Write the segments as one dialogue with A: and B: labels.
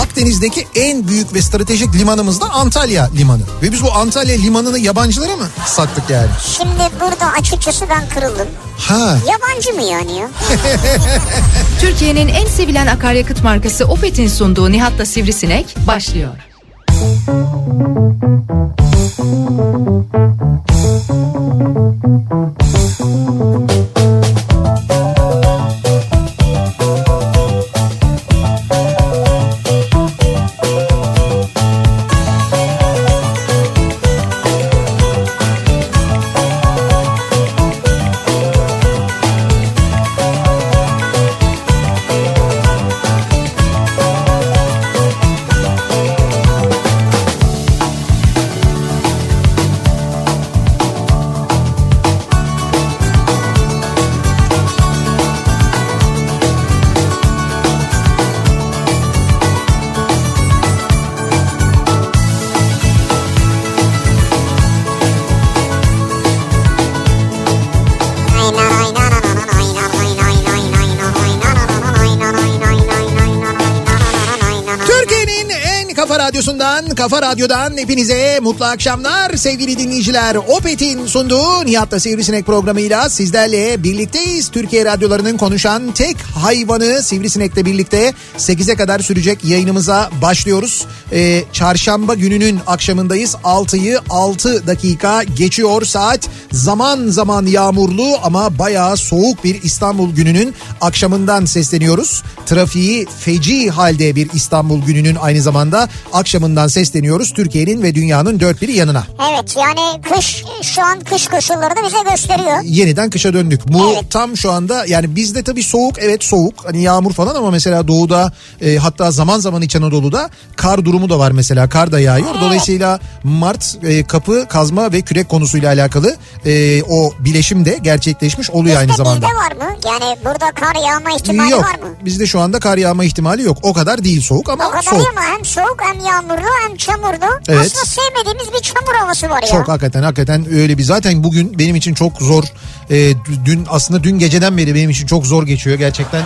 A: Akdeniz'deki en büyük ve stratejik limanımız da Antalya Limanı. Ve biz bu Antalya Limanı'nı yabancılara mı sattık yani?
B: Şimdi burada açıkçası ben kırıldım.
A: Ha.
B: Yabancı mı yani ya?
C: Türkiye'nin en sevilen akaryakıt markası Opet'in sunduğu Nihat'la Sivrisinek başlıyor.
A: Türkiye'nin en kafa radyosundan, kafa radyodan hepinize mutlu akşamlar sevgili dinleyiciler. Opet'in sunduğu Nihat'la Sivrisinek programıyla sizlerle birlikteyiz. Türkiye radyolarının konuşan tek hayvanı Sivrisinek'le birlikte 8'e kadar sürecek yayınımıza başlıyoruz. Ee, çarşamba gününün akşamındayız. 6'yı 6 dakika geçiyor saat. Zaman zaman yağmurlu ama bayağı soğuk bir İstanbul gününün akşamından sesleniyoruz. Trafiği feci halde bir İstanbul gününün aynı zamanda akşamından sesleniyoruz. Türkiye'nin ve dünyanın dört biri yanına.
B: Evet yani kış şu an kış koşulları da bize gösteriyor.
A: Yeniden kışa döndük. Bu
B: Evet.
A: tam şu anda yani bizde tabii soğuk evet soğuk hani yağmur falan ama mesela doğuda e, hatta zaman zaman İç Anadolu'da kar durumu da var mesela kar da yağıyor. Dolayısıyla Mart e, kapı kazma ve kürek konusuyla alakalı e, o bileşim de gerçekleşmiş oluyor aynı
B: Bizde
A: zamanda.
B: bizde var mı? Yani burada kar yağma ihtimali
A: yok
B: var mı?
A: bizde şu anda kar yağma ihtimali yok o kadar değil soğuk ama
B: O kadar
A: soğuk.
B: değil ama hem soğuk hem yağmurlu hem çamurlu.
A: Evet.
B: Aslında sevmediğimiz bir çamur havası var ya.
A: Çok hakikaten hakikaten öyle bir zaten bugün benim için çok zor Ee, dü- dün aslında dün geceden beri benim için çok zor geçiyor gerçekten.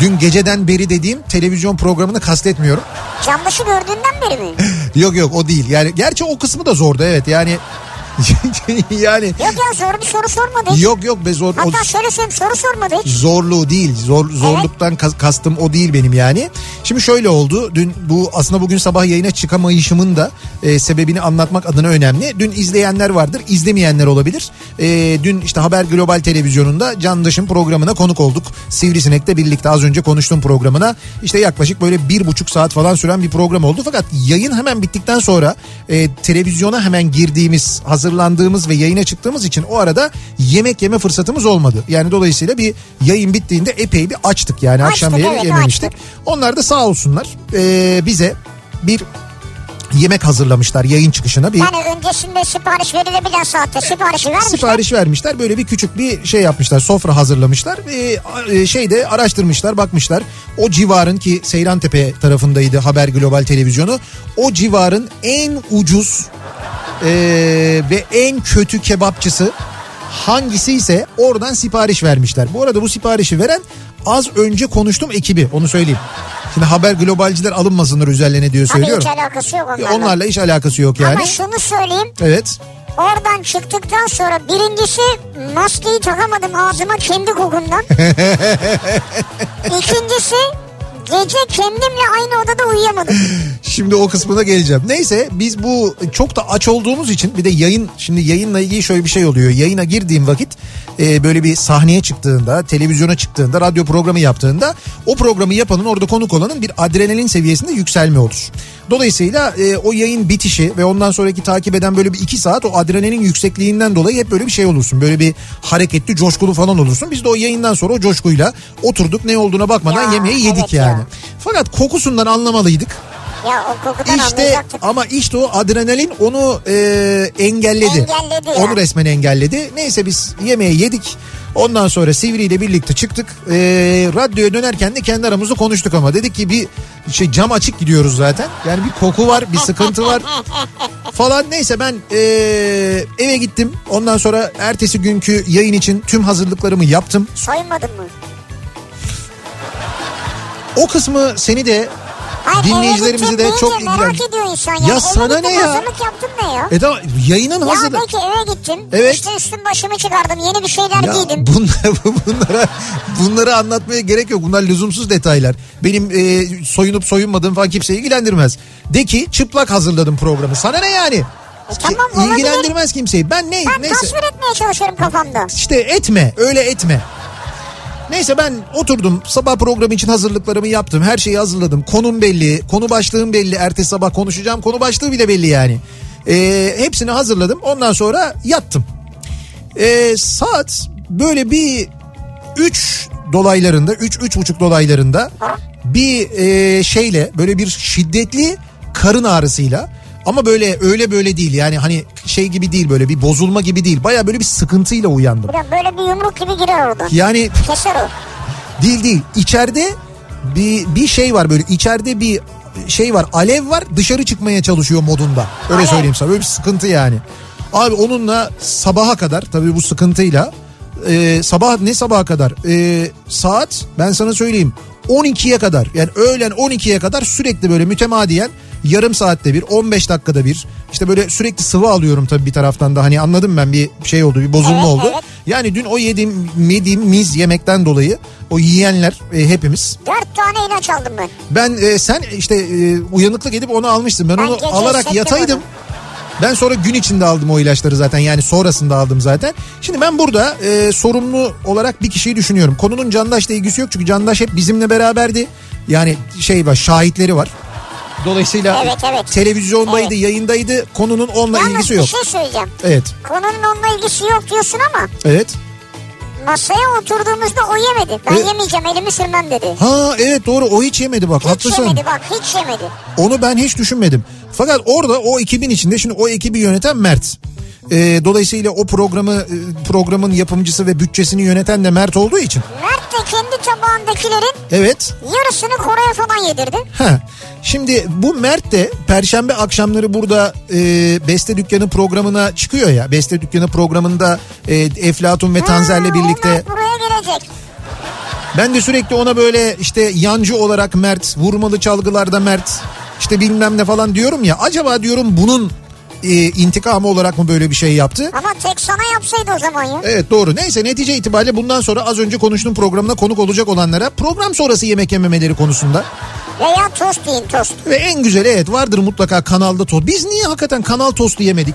A: Dün geceden beri dediğim televizyon programını kastetmiyorum.
B: Canlısı gördüğünden beri mi?
A: Yok yok o değil yani gerçi o kısmı da zordu evet yani yani
B: yok ya zor bir soru sormadı. hiç.
A: yok yok be zor o-
B: Hatta şöyle söyleyeyim soru sormadı hiç.
A: zorluğu değil zor, zorluktan kas- kastım o değil benim yani. Şimdi şöyle oldu dün bu aslında bugün sabah yayına çıkamayışımın da e, sebebini anlatmak adına önemli. Dün izleyenler vardır izlemeyenler olabilir. E, dün işte Haber Global Televizyonu'nda Candaş'ın programına konuk olduk. Sivrisinek'le birlikte az önce konuştuğum programına işte yaklaşık böyle bir buçuk saat falan süren bir program oldu. Fakat yayın hemen bittikten sonra e, televizyona hemen girdiğimiz hazırlandığımız ve yayına çıktığımız için o arada yemek yeme fırsatımız olmadı. Yani dolayısıyla bir yayın bittiğinde epey bir açtık yani
B: Açtık,
A: akşam yemeği
B: evet,
A: yememiştik. Onlar da sağ olsunlar e, bize bir yemek hazırlamışlar yayın çıkışına bir
B: Yani öncesinde sipariş verilebilen saatte siparişi vermişler.
A: sipariş vermişler. Böyle bir küçük bir şey yapmışlar. Sofra hazırlamışlar. Ee, a- E, şeyde araştırmışlar, bakmışlar. O civarın ki Seyrantepe tarafındaydı Haber Global Televizyonu. O civarın en ucuz e, ve en kötü kebapçısı hangisi ise oradan sipariş vermişler. Bu arada bu siparişi veren az önce konuştum ekibi onu söyleyeyim. Şimdi haber globalciler alınmasınlar üzerlerine diyor
B: Tabii hiç
A: söylüyorum.
B: alakası yok onlarla.
A: Onlarla hiç alakası yok yani.
B: Ama şunu söyleyeyim.
A: Evet.
B: Oradan çıktıktan sonra birincisi maskeyi takamadım ağzıma kendi kokumdan. İkincisi gece kendimle aynı odada uyuyamadım.
A: Şimdi o kısmına geleceğim. Neyse biz bu çok da aç olduğumuz için bir de yayın şimdi yayınla ilgili şöyle bir şey oluyor. Yayına girdiğim vakit e, böyle bir sahneye çıktığında, televizyona çıktığında, radyo programı yaptığında o programı yapanın orada konuk olanın bir adrenalin seviyesinde yükselme olur. Dolayısıyla e, o yayın bitişi ve ondan sonraki takip eden böyle bir iki saat o adrenalin yüksekliğinden dolayı hep böyle bir şey olursun. Böyle bir hareketli, coşkulu falan olursun. Biz de o yayından sonra o coşkuyla oturduk ne olduğuna bakmadan
B: Ya,
A: yemeği yedik
B: evet ya.
A: yani. Fakat kokusundan anlamalıydık.
B: Ya o kokudan
A: İşte
B: anlayacaktık.
A: ama işte o adrenalin onu e, engelledi.
B: Engelledi ya.
A: Onu resmen engelledi. Neyse biz yemeği yedik. Ondan sonra Sivri ile birlikte çıktık. E, radyoya dönerken de kendi aramızda konuştuk ama dedik ki bir şey cam açık gidiyoruz zaten. Yani bir koku var, bir sıkıntı var falan. Neyse ben e, eve gittim. Ondan sonra ertesi günkü yayın için tüm hazırlıklarımı yaptım.
B: Soyunmadın mı?
A: O kısmı seni de
B: Hayır,
A: dinleyicilerimizi
B: eve
A: de
B: gidecek
A: çok
B: deyince Merak
A: ilgilendir.
B: ediyor insan
A: Ya
B: ya. Eve
A: sana
B: gittim,
A: ne ya?
B: Hazırlık yaptım ne ya?
A: E tamam yayının
B: ya
A: hazırlığı.
B: peki eve gittim.
A: Evet.
B: İşte üstüm başımı çıkardım. Yeni bir şeyler
A: Ya
B: giydim.
A: bunlar, bunlara, bunları anlatmaya gerek yok. Bunlar lüzumsuz detaylar. Benim e, soyunup soyunmadığım falan kimseyi ilgilendirmez. De ki çıplak hazırladım programı. Sana ne yani?
B: E, tamam,
A: Ki-
B: olabilir.
A: İlgilendirmez kimseyi. Ben ne
B: Ben
A: neyse.
B: tasvir etmeye çalışıyorum kafamda.
A: İşte etme öyle etme. Neyse ben oturdum sabah programı için hazırlıklarımı yaptım. Her şeyi hazırladım. Konum belli, konu başlığım belli. Ertesi sabah konuşacağım konu başlığı bile belli yani. Ee, hepsini hazırladım. Ondan sonra yattım. Ee, saat böyle bir 3 dolaylarında, 3-3,5 dolaylarında bir e, şeyle böyle bir şiddetli karın ağrısıyla ama böyle öyle böyle değil yani hani şey gibi değil böyle bir bozulma gibi değil. Baya böyle bir sıkıntıyla uyandım.
B: Ulan böyle bir yumruk gibi girer oradan.
A: Yani
B: Keser o.
A: Değil değil. İçeride bir bir şey var böyle. içeride bir şey var. Alev var. Dışarı çıkmaya çalışıyor modunda. Öyle
B: Alev.
A: söyleyeyim sana. Böyle bir sıkıntı yani. Abi onunla sabaha kadar tabii bu sıkıntıyla e, sabah ne sabaha kadar E, saat ben sana söyleyeyim 12'ye kadar yani öğlen 12'ye kadar sürekli böyle mütemadiyen yarım saatte bir 15 dakikada bir işte böyle sürekli sıvı alıyorum tabii bir taraftan da hani anladım ben bir şey oldu bir bozulma
B: Evet,
A: oldu.
B: evet.
A: Yani dün o yediğim, yediğimiz yemekten dolayı o yiyenler e, hepimiz.
B: Dört tane ilaç aldım ben.
A: Ben e, sen işte e, uyanıklık edip onu almıştın. Ben,
B: Ben
A: onu
B: gece
A: alarak
B: hissettim
A: yataydım.
B: onu.
A: Ben sonra gün içinde aldım o ilaçları zaten yani sonrasında aldım zaten. Şimdi ben burada e, sorumlu olarak bir kişiyi düşünüyorum. Konunun Candaş'la ilgisi yok çünkü Candaş hep bizimle beraberdi. Yani şey var şahitleri var. Dolayısıyla
B: Evet, evet.
A: televizyondaydı,
B: Evet.
A: yayındaydı. Konunun onunla
B: Yalnız
A: ilgisi
B: bir
A: yok.
B: şey söyleyeceğim.
A: Evet,
B: Konunun onunla ilgisi yok diyorsun ama
A: evet.
B: masaya oturduğumuzda o yemedi. Ben
A: E-
B: yemeyeceğim elimi sürmem dedi.
A: Ha evet doğru o hiç yemedi bak
B: Hiç
A: haklısın.
B: yemedi bak hiç yemedi.
A: Onu ben hiç düşünmedim. Fakat orada o ekibin içinde şimdi o ekibi yöneten Mert. Ee, dolayısıyla o programı e, programın yapımcısı ve bütçesini yöneten de Mert olduğu için.
B: Mert de kendi tabağındakilerin
A: Evet.
B: yarısını Koray'a falan yedirdi.
A: Ha. Şimdi bu Mert de perşembe akşamları burada e, Beste Dükkanı programına çıkıyor ya. Beste Dükkanı programında e, Eflatun ve Tanzer'le
B: Ha,
A: birlikte.
B: Mert buraya gelecek.
A: Ben de sürekli ona böyle işte yancı olarak Mert, vurmalı çalgılarda Mert, işte bilmem ne falan diyorum ya. Acaba diyorum bunun e, intikamı olarak mı böyle bir şey yaptı?
B: Ama tek sana yapsaydı o zaman ya.
A: Evet doğru. Neyse netice itibariyle bundan sonra az önce konuştuğum programına konuk olacak olanlara program sonrası yemek yememeleri konusunda
B: Veya tost yiyin tost.
A: ve en güzeli evet vardır mutlaka kanalda tost. Biz niye hakikaten kanal tostu yemedik?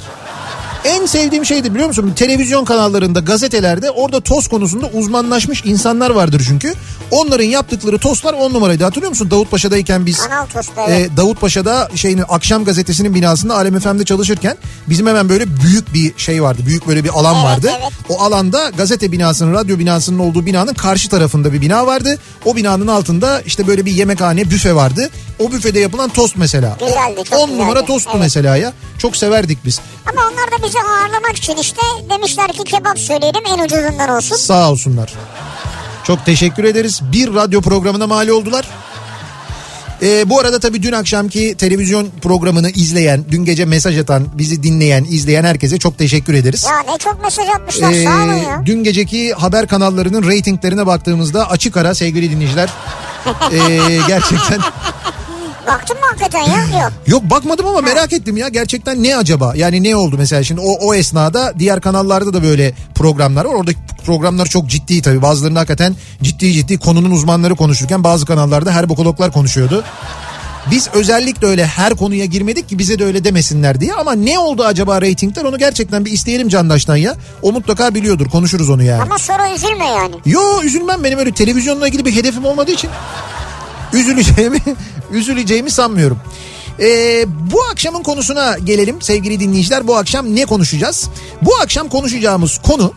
A: En sevdiğim şeydi biliyor musun? Televizyon kanallarında, gazetelerde orada tost konusunda uzmanlaşmış insanlar vardır çünkü. Onların yaptıkları tostlar on numaraydı. Hatırlıyor musun? Davutpaşa'dayken biz
B: Kanal tostu evet.
A: e, Davutpaşa'da şeyin akşam gazetesinin binasında Alem FM'de çalışırken bizim hemen böyle büyük bir şey vardı. Büyük böyle bir alan
B: Evet,
A: vardı.
B: evet.
A: O alanda gazete binasının, radyo binasının olduğu binanın karşı tarafında bir bina vardı. O binanın altında işte böyle bir yemekhane, büfe vardı. O büfede yapılan tost mesela.
B: Güzeldi, çok
A: 10 numara
B: güzeldi.
A: tosttu
B: Evet.
A: mesela ya. Çok severdik biz.
B: Ama onlar da bizi ağırlamak için işte demişler ki kebap söyleyelim en ucuzundan olsun.
A: Sağ olsunlar. Çok teşekkür ederiz. Bir radyo programına mal oldular. Ee, bu arada tabii dün akşamki televizyon programını izleyen, dün gece mesaj atan, bizi dinleyen, izleyen herkese çok teşekkür ederiz.
B: Ya ne çok mesaj atmışlar sağ olun
A: Ee,
B: ya.
A: dün geceki haber kanallarının reytinglerine baktığımızda açık ara sevgili dinleyiciler. ee, gerçekten Ee,
B: Baktın mı hakikaten ya? Yok.
A: yok bakmadım ama merak ettim ya gerçekten ne acaba yani ne oldu mesela şimdi o, o esnada diğer kanallarda da böyle programlar var oradaki programlar çok ciddi tabii bazılarını hakikaten ciddi ciddi konunun uzmanları konuşurken bazı kanallarda herbokologlar konuşuyordu Biz özellikle öyle her konuya girmedik ki bize de öyle demesinler diye. Ama ne oldu acaba reytingler onu gerçekten bir isteyelim Candaş'tan ya. O mutlaka biliyordur konuşuruz onu yani.
B: Ama sonra üzülme yani.
A: Yo üzülmem benim öyle televizyonla ilgili bir hedefim olmadığı için üzüleceğimi üzüleceğimi sanmıyorum. Ee, bu akşamın konusuna gelelim sevgili dinleyiciler. Bu akşam ne konuşacağız? Bu akşam konuşacağımız konu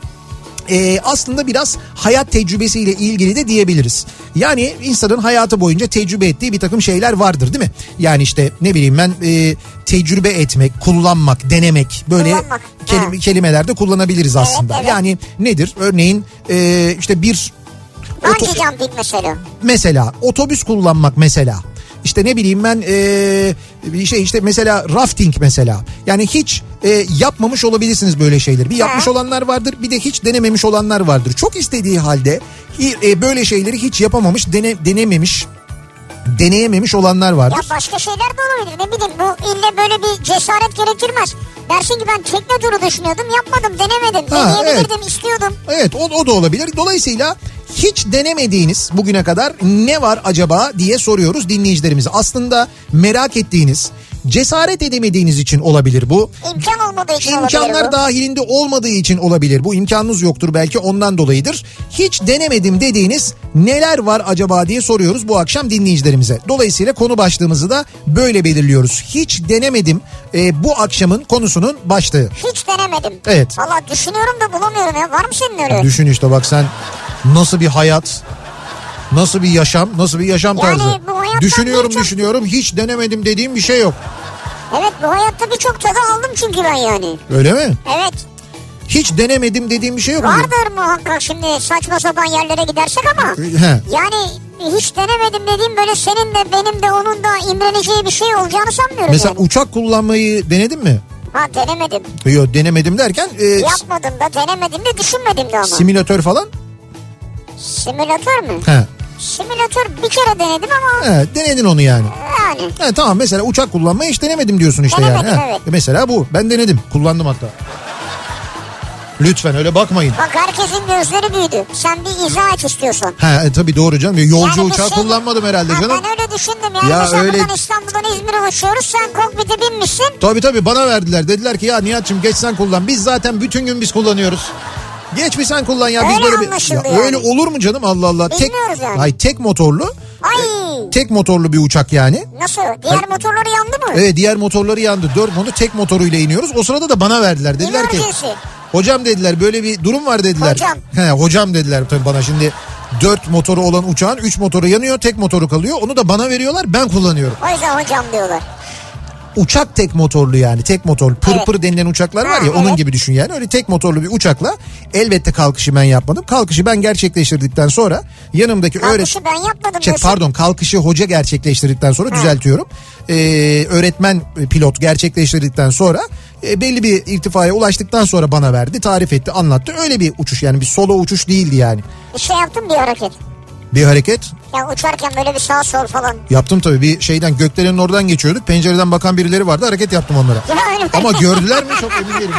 A: e, aslında biraz hayat tecrübesiyle ilgili de diyebiliriz. Yani insanın hayatı boyunca tecrübe ettiği bir takım şeyler vardır değil mi? Yani işte ne bileyim ben e, tecrübe etmek, kullanmak, denemek böyle
B: Kullanmak,
A: kelime,
B: ha.
A: kelimelerde kullanabiliriz aslında.
B: evet.
A: Yani nedir? Örneğin e, işte bir oto-
B: Bungee jumping mesela.
A: mesela otobüs kullanmak mesela işte ne bileyim ben eee, bir şey işte mesela rafting mesela yani hiç eee, yapmamış olabilirsiniz böyle şeyleri bir yapmış
B: Ha.
A: olanlar vardır bir de hiç denememiş olanlar vardır çok istediği halde hi- e, böyle şeyleri hiç yapamamış dene, denememiş deneyememiş olanlar
B: Ya
A: vardır.
B: başka şeyler de olabilir ne bileyim bu ille böyle bir cesaret gerektirmez. Dersin ki ben tekne turu düşünüyordum yapmadım denemedim.
A: Ha,
B: Deneyebilirdim istiyordum.
A: Evet o, o da olabilir. Dolayısıyla hiç denemediğiniz bugüne kadar ne var acaba diye soruyoruz dinleyicilerimize. Aslında merak ettiğiniz, cesaret edemediğiniz için olabilir bu.
B: İmkan olmadığı için olabilir
A: İmkanlar
B: bu.
A: dahilinde olmadığı için olabilir. Bu imkanınız yoktur belki ondan dolayıdır. Hiç denemedim dediğiniz neler var acaba diye soruyoruz bu akşam dinleyicilerimize. Dolayısıyla konu başlığımızı da böyle belirliyoruz. Hiç denemedim e, bu akşamın konusunun başlığı.
B: Hiç denemedim.
A: Evet.
B: Valla düşünüyorum da bulamıyorum ya. Var mı senin öyle?
A: Düşün işte bak sen nasıl bir hayat Nasıl bir yaşam, nasıl bir yaşam
B: Yani
A: tarzı.
B: bu hayattan
A: düşünüyorum,
B: birçok-
A: düşünüyorum. Hiç denemedim dediğim bir şey yok.
B: Evet bu hayatta birçok tadı aldım çünkü ben yani.
A: Öyle mi?
B: Evet.
A: Hiç denemedim dediğim bir şey yok. mu?
B: Vardır muhakkak şimdi saçma sapan yerlere gidersek ama.
A: He.
B: Yani hiç denemedim dediğim böyle senin de benim de onun da imreneceği bir şey olacağını sanmıyorum
A: Mesela
B: yani.
A: uçak kullanmayı denedin mi?
B: Ha denemedim.
A: Yok denemedim derken e, s-
B: Yapmadım da denemedim de düşünmedim de ama.
A: simülatör falan.
B: Simülatör mü?
A: He.
B: Simülatör bir kere denedim ama
A: He, denedin onu yani.
B: yani.
A: He, tamam mesela uçak kullanmayı hiç denemedim diyorsun işte yani.
B: Denemedim,
A: He. E,
B: evet.
A: Mesela bu ben denedim kullandım hatta. Lütfen öyle bakmayın.
B: Bak herkesin gözleri büyüdü. Sen bir izah et istiyorsan.
A: Ha e, tabii doğru canım. Yolcu
B: Yani bir
A: uçağı
B: şey-
A: kullanmadım herhalde
B: Ha,
A: canım.
B: Ben öyle düşündüm yani.
A: Ya
B: Mesela
A: öyle-
B: buradan İstanbul'dan İzmir'e uçuyoruz. Sen kokpite binmişsin.
A: Tabii tabii bana verdiler. Dediler ki ya Nihat'cığım geç sen kullan. Biz zaten bütün gün biz kullanıyoruz. Geç bir sen kullan ya. Biz
B: Öyle
A: böyle bir...
B: anlaşıldı
A: Ya,
B: yani.
A: Öyle olur mu canım Allah Allah. Tek,
B: Bilmiyoruz yani.
A: Ay, tek motorlu.
B: Ay
A: Tek motorlu bir uçak yani.
B: nasıl? Diğer motorları yandı mı?
A: Evet diğer motorları yandı. Dört motor tek motoruyla iniyoruz. O sırada da bana verdiler. Dediler ki
B: Emergency.
A: hocam dediler böyle bir durum var dediler.
B: Hocam.
A: He, hocam dediler tabii bana şimdi dört motoru olan uçağın üç motoru yanıyor tek motoru kalıyor. Onu da bana veriyorlar ben kullanıyorum.
B: O yüzden hocam diyorlar.
A: Uçak tek motorlu yani tek motor pır
B: Evet.
A: pır denilen uçaklar var
B: Ha,
A: ya onun
B: evet.
A: gibi düşün yani. Öyle tek motorlu bir uçakla elbette kalkışı ben yapmadım. Kalkışı ben gerçekleştirdikten sonra yanımdaki öğretmen...
B: Kalkışı ben yapmadım
A: Şey,
B: diyorsun.
A: pardon kalkışı hoca gerçekleştirdikten sonra düzeltiyorum. Ee, öğretmen e, pilot gerçekleştirdikten sonra e, belli bir irtifaya ulaştıktan sonra bana verdi. Tarif etti anlattı. Öyle bir uçuş yani bir solo uçuş değildi yani.
B: Bir şey yaptım bir hareket.
A: Bir hareket
B: Ya uçarken böyle bir sağ sol falan.
A: yaptım tabii bir şeyden gökdelenin oradan geçiyorduk. Pencereden bakan birileri vardı hareket yaptım onlara.
B: Ya öyle,
A: Ama gördüler mi çok emin değilim.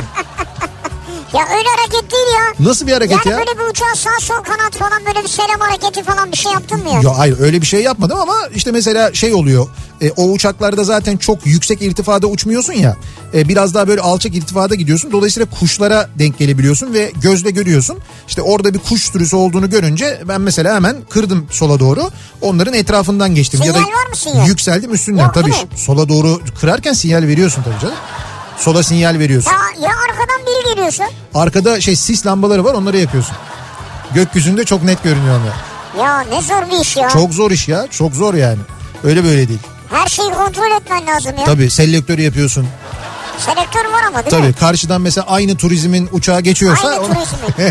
B: ya öyle hareket değil ya.
A: Nasıl bir hareket
B: Yani
A: ya?
B: böyle bir şey uçağa sağ sol kanat falan böyle bir selam hareketi falan bir şey yaptın mı ya?
A: Ya hayır öyle bir şey yapmadım ama işte mesela şey oluyor. E, o uçaklarda zaten çok yüksek irtifada uçmuyorsun ya. E, biraz daha böyle alçak irtifada gidiyorsun. Dolayısıyla kuşlara denk gelebiliyorsun ve gözle görüyorsun. İşte orada bir kuş sürüsü olduğunu görünce ben mesela hemen kırdım sola doğru. Onların etrafından geçtim. ya da
B: Sinyal var mı sinyal?
A: Yükseldim üstünden
B: Yok,
A: tabii.
B: değil mi?
A: Sola doğru kırarken sinyal veriyorsun tabii canım. Sola sinyal veriyorsun.
B: Ya, ya arkadan biri geliyorsun.
A: Arkada şey sis lambaları var onları yakıyorsun. Gökyüzünde çok net görünüyor onlar.
B: Ya ne zor bir iş ya.
A: Çok zor iş ya. Çok zor yani. Öyle böyle değil.
B: Her şeyi kontrol etmen lazım ya.
A: Tabii selektörü yapıyorsun.
B: Selektör var ama değil mi?
A: Tabii karşıdan mesela aynı turizmin uçağı geçiyorsa
B: Aynı
A: onu-
B: turizmin.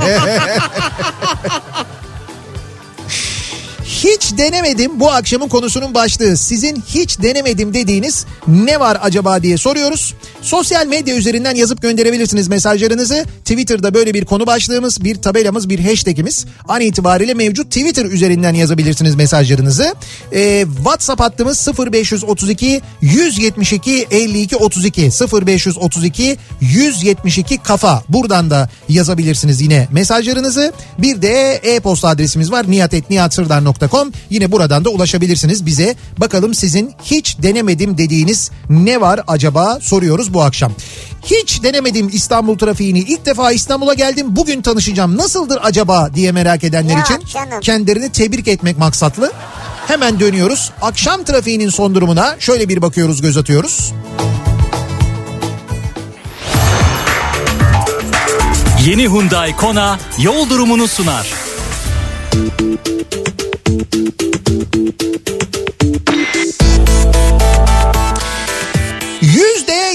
A: hiç denemedim bu akşamın konusunun başlığı. Sizin hiç denemedim dediğiniz ne var acaba diye soruyoruz. Sosyal medya üzerinden yazıp gönderebilirsiniz mesajlarınızı. Twitter'da böyle bir konu başlığımız, bir tabelamız, bir hashtagimiz an itibariyle mevcut. Twitter üzerinden yazabilirsiniz mesajlarınızı. Ee, WhatsApp hattımız 0532 172 52 32 0532 172 kafa. Buradan da yazabilirsiniz yine mesajlarınızı. Bir de e-posta adresimiz var niyatetniyatsırdar.com opet.opet.com yine buradan da ulaşabilirsiniz bize. Bakalım sizin hiç denemedim dediğiniz ne var acaba soruyoruz bu akşam. Hiç denemedim İstanbul trafiğini. İlk defa İstanbul'a geldim. Bugün tanışacağım. Nasıldır acaba diye merak edenler
B: Ya
A: için
B: canım.
A: kendilerini tebrik etmek maksatlı. Hemen dönüyoruz. Akşam trafiğinin son durumuna şöyle bir bakıyoruz, göz atıyoruz.
D: Yeni Hyundai Kona yol durumunu sunar.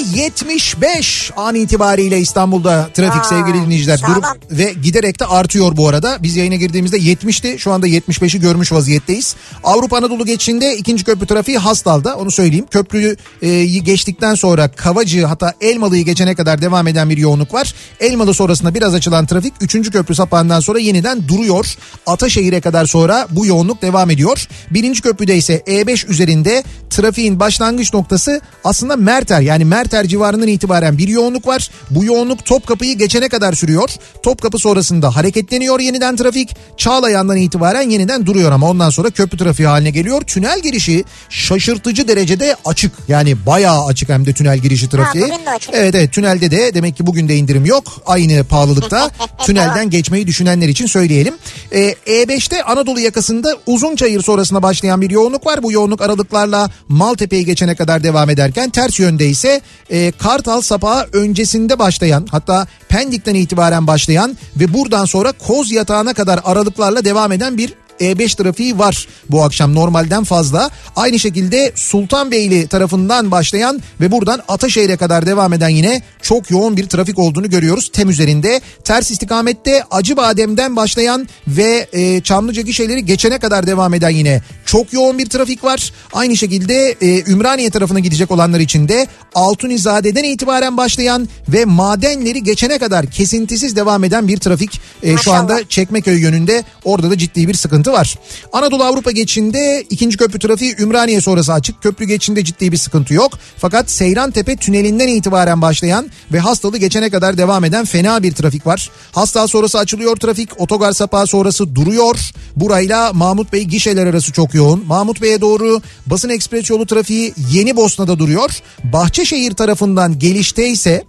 A: %75 an itibariyle İstanbul'da trafik
B: Aa,
A: sevgili dinleyiciler.
B: sağlam.
A: Durum ve giderek de artıyor bu arada. Biz yayına girdiğimizde 70'ti. Şu anda 75'i görmüş vaziyetteyiz. Avrupa Anadolu geçişinde ikinci köprü trafiği Hastal'da. Onu söyleyeyim. Köprüyü e, geçtikten sonra Kavacı hatta Elmalı'yı geçene kadar devam eden bir yoğunluk var. Elmalı sonrasında biraz açılan trafik 3. köprü sapağından sonra yeniden duruyor. Ataşehir'e kadar sonra bu yoğunluk devam ediyor. 1. köprüde ise E5 üzerinde trafiğin başlangıç noktası aslında Merter yani Merter civarından itibaren bir yoğunluk var. Bu yoğunluk Topkapı'yı geçene kadar sürüyor. Topkapı sonrasında hareketleniyor yeniden trafik. Çağlayan'dan itibaren yeniden duruyor ama ondan sonra köprü trafiği haline geliyor. Tünel girişi şaşırtıcı derecede açık. Yani bayağı açık hem de tünel girişi trafiği.
B: bugün de açık.
A: Evet evet tünelde de demek ki bugün de indirim yok. Aynı pahalılıkta tünelden geçmeyi düşünenler için söyleyelim. Ee, E5'te Anadolu yakasında Uzunçayır sonrasına başlayan bir yoğunluk var. Bu yoğunluk aralıklarla Maltepe'yi geçene kadar devam ederken ters yönde ise e, Kartal Sapağı öncesinde başlayan hatta Pendik'ten itibaren başlayan ve buradan sonra Koz Yatağı'na kadar aralıklarla devam eden bir e5 E trafiği var bu akşam normalden fazla. Aynı şekilde Sultanbeyli tarafından başlayan ve buradan Ataşehir'e kadar devam eden yine çok yoğun bir trafik olduğunu görüyoruz. Tem üzerinde ters istikamette Acıbadem'den başlayan ve e, Çamlıca gişeleri geçene kadar devam eden yine çok yoğun bir trafik var. Aynı şekilde e, Ümraniye tarafına gidecek olanlar için de Altunizade'den itibaren başlayan ve Madenleri geçene kadar kesintisiz devam eden bir trafik e, şu
B: Maşallah.
A: anda Çekmeköy yönünde orada da ciddi bir sıkıntı var. Anadolu Avrupa geçinde ikinci köprü trafiği Ümraniye sonrası açık. Köprü geçinde ciddi bir sıkıntı yok. Fakat Seyrantepe tünelinden itibaren başlayan ve hastalı geçene kadar devam eden fena bir trafik var. Hasta sonrası açılıyor trafik. Otogar sapağı sonrası duruyor. Burayla Mahmut Bey gişeler arası çok yoğun. Mahmut Bey'e doğru basın ekspres yolu trafiği Yeni Bosna'da duruyor. Bahçeşehir tarafından gelişte ise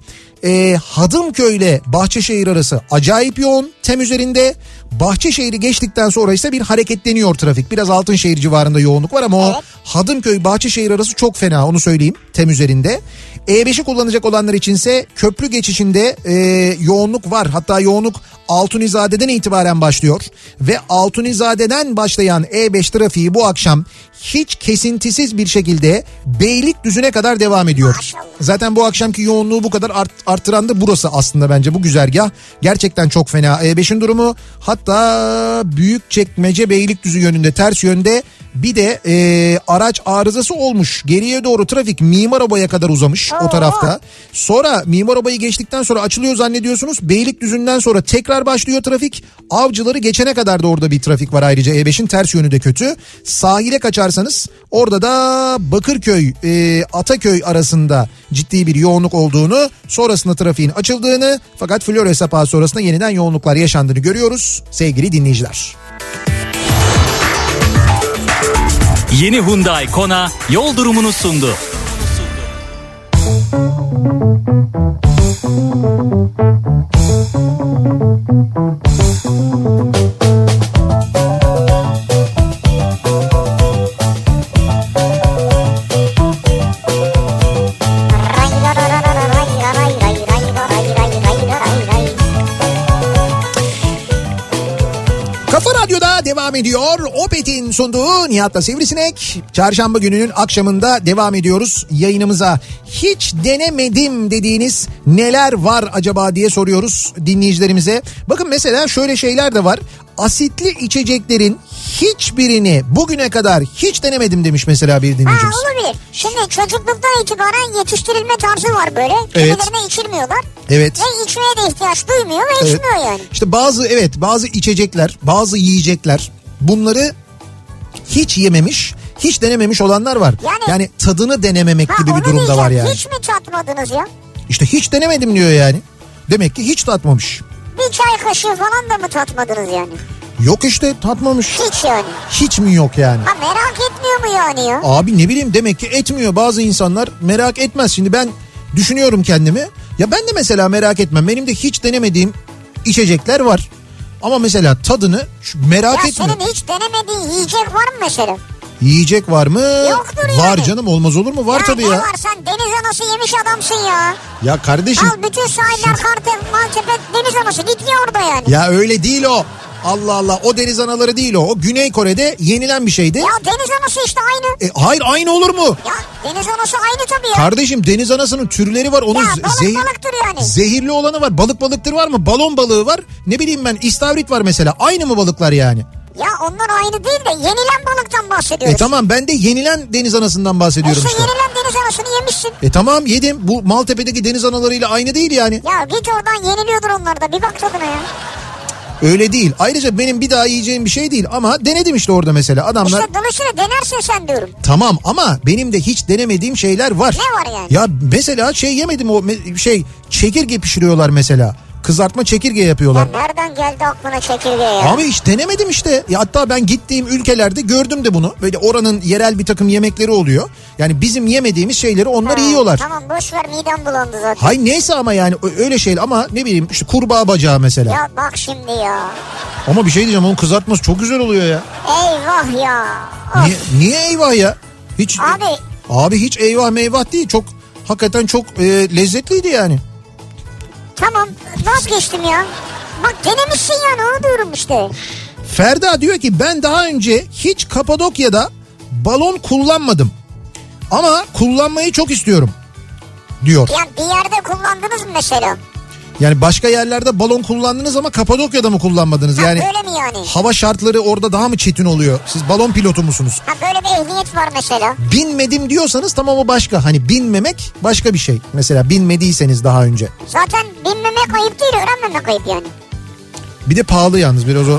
A: e, Hadımköy ile Bahçeşehir arası acayip yoğun. Tem üzerinde Bahçeşehir'i geçtikten sonra ise bir hareketleniyor trafik. Biraz Altınşehir civarında yoğunluk var ama o Hadımköy Bahçeşehir arası çok fena onu söyleyeyim tem üzerinde. E5'i kullanacak olanlar içinse köprü geçişinde e, yoğunluk var. Hatta yoğunluk Altunizade'den itibaren başlıyor. Ve Altunizade'den başlayan E5 trafiği bu akşam hiç kesintisiz bir şekilde Beylikdüzü'ne kadar devam ediyor.
B: Maşallah.
A: Zaten bu akşamki yoğunluğu bu kadar art, arttıran da burası aslında bence bu güzergah. Gerçekten çok fena. E5'in durumu hatta Büyükçekmece Beylikdüzü yönünde ters yönde bir de e, araç arızası olmuş. Geriye doğru trafik Mimarobay'a kadar uzamış o tarafta. Sonra Mimarobay'ı geçtikten sonra açılıyor zannediyorsunuz. Beylikdüzü'nden sonra tekrar başlıyor trafik. Avcıları geçene kadar da orada bir trafik var ayrıca E5'in ters yönü de kötü. Sahile kaçarsanız orada da Bakırköy e, Ataköy arasında ciddi bir yoğunluk olduğunu sonrasında trafiğin açıldığını fakat Flores sapağı sonrasında yeniden yoğunluklar yaşandığını görüyoruz sevgili dinleyiciler.
D: Yeni Hyundai Kona yol durumunu sundu.
A: Kafa Radyo'da devam ediyor. Opet'in sunduğu Nihat'la Sivrisinek. Çarşamba gününün akşamında devam ediyoruz yayınımıza. Hiç denemedim dediğiniz neler var acaba diye soruyoruz dinleyicilerimize. Bakın mesela şöyle şeyler de var. Asitli içeceklerin hiçbirini bugüne kadar hiç denemedim demiş mesela bir
B: Ha
A: dinleyicimiz.
B: olabilir. Şimdi çocukluktan itibaren yetiştirilme tarzı var böyle.
A: Evet.
B: Kendilerine içirmiyorlar.
A: Evet.
B: Ve içmeye de ihtiyaç duymuyor ve
A: Evet.
B: içmiyor yani.
A: İşte bazı evet bazı içecekler, bazı yiyecekler bunları hiç yememiş, hiç denememiş olanlar var. Yani,
B: Yani-
A: tadını denememek
B: Ha,
A: gibi bir
B: onu
A: durumda var
B: diyeceğim.
A: yani.
B: Hiç mi tatmadınız ya?
A: İşte hiç denemedim diyor yani. Demek ki hiç tatmamış.
B: Bir çay kaşığı falan da mı tatmadınız yani?
A: Yok işte tatmamış.
B: Hiç yani.
A: Hiç mi yok yani?
B: Ha merak etmiyor mu yani ya?
A: Abi ne bileyim demek ki etmiyor bazı insanlar merak etmez. Şimdi ben düşünüyorum kendimi. Ya ben de mesela merak etmem. Benim de hiç denemediğim içecekler var. Ama mesela tadını şu- merak
B: Ya
A: etmiyorum.
B: senin hiç denemediğin yiyecek var mı mesela?
A: Yiyecek var mı?
B: Yoktur yani.
A: Var canım olmaz olur mu? Var tabii
B: ne
A: ya.
B: var sen deniz anası yemiş adamsın ya.
A: Ya kardeşim
B: Al bütün sahiller Kartepe, Maltepe deniz anası git ya orada yani. Ya,
A: ya öyle değil o. Allah Allah o deniz anaları değil o. O Güney Kore'de yenilen bir şeydi.
B: deniz anası işte aynı.
A: E, hayır aynı olur mu?
B: Ya deniz anası aynı tabii ya.
A: Kardeşim deniz anasının türleri var. Onun
B: Ya
A: ze-
B: balık
A: zehir-
B: balıktır yani.
A: Zehirli olanı var. Balık balıktır var mı? Balon balığı var. Ne bileyim ben istavrit var mesela. Aynı mı balıklar yani?
B: ya onlar aynı değil de yenilen balıktan bahsediyoruz.
A: E tamam ben de yenilen deniz anasından bahsediyorum
B: İşte
A: işte.
B: yenilen deniz anasını yemişsin.
A: E tamam yedim. Bu Maltepe'deki deniz analarıyla aynı değil yani.
B: Ya git oradan yeniliyordur onlar da bir bak tadına ya.
A: Öyle değil. Ayrıca benim bir daha yiyeceğim bir şey değil ama denedim işte orada mesela. Adamlar
B: İşte dolayısıyla denersin sen diyorum.
A: Tamam ama benim de hiç denemediğim şeyler var.
B: Ne var yani?
A: Ya mesela şey yemedim o me- şey çekirge pişiriyorlar mesela. Kızartma çekirge yapıyorlar.
B: Ya nereden geldi aklına çekirge ya?
A: Abi hiç denemedim işte. Ya hatta ben gittiğim ülkelerde gördüm de bunu. Böyle oranın yerel bir takım yemekleri oluyor. Yani bizim yemediğimiz şeyleri onlar
B: Ha,
A: yiyorlar.
B: Tamam boş ver midem bulandı zaten.
A: Hay neyse ama yani ö- öyle şey ama ne bileyim işte kurbağa bacağı mesela.
B: Ya bak şimdi ya.
A: Ama bir şey diyeceğim onun kızartması çok güzel oluyor ya.
B: Eyvah ya. Of.
A: Niye, niye eyvah ya? Hiç
B: Abi.
A: Abi hiç eyvah meyvah değil. Çok hakikaten çok e, lezzetliydi yani.
B: Tamam vazgeçtim ya. Bak denemişsin yani onu diyorum işte.
A: Ferda diyor ki ben daha önce hiç Kapadokya'da balon kullanmadım. Ama kullanmayı çok istiyorum diyor.
B: Yani bir yerde kullandınız mı mesela?
A: Yani başka yerlerde balon kullandınız ama Kapadokya'da mı kullanmadınız?
B: Ha,
A: Yani
B: böyle mi yani?
A: hava şartları orada daha mı çetin oluyor? Siz balon pilotu musunuz?
B: Ha böyle bir ehliyet var mesela.
A: Binmedim diyorsanız tamam o başka. Hani binmemek başka bir şey. Mesela binmediyseniz daha önce.
B: Zaten binmemek ayıp değil öğrenmemek ayıp yani.
A: Bir de pahalı yalnız biraz o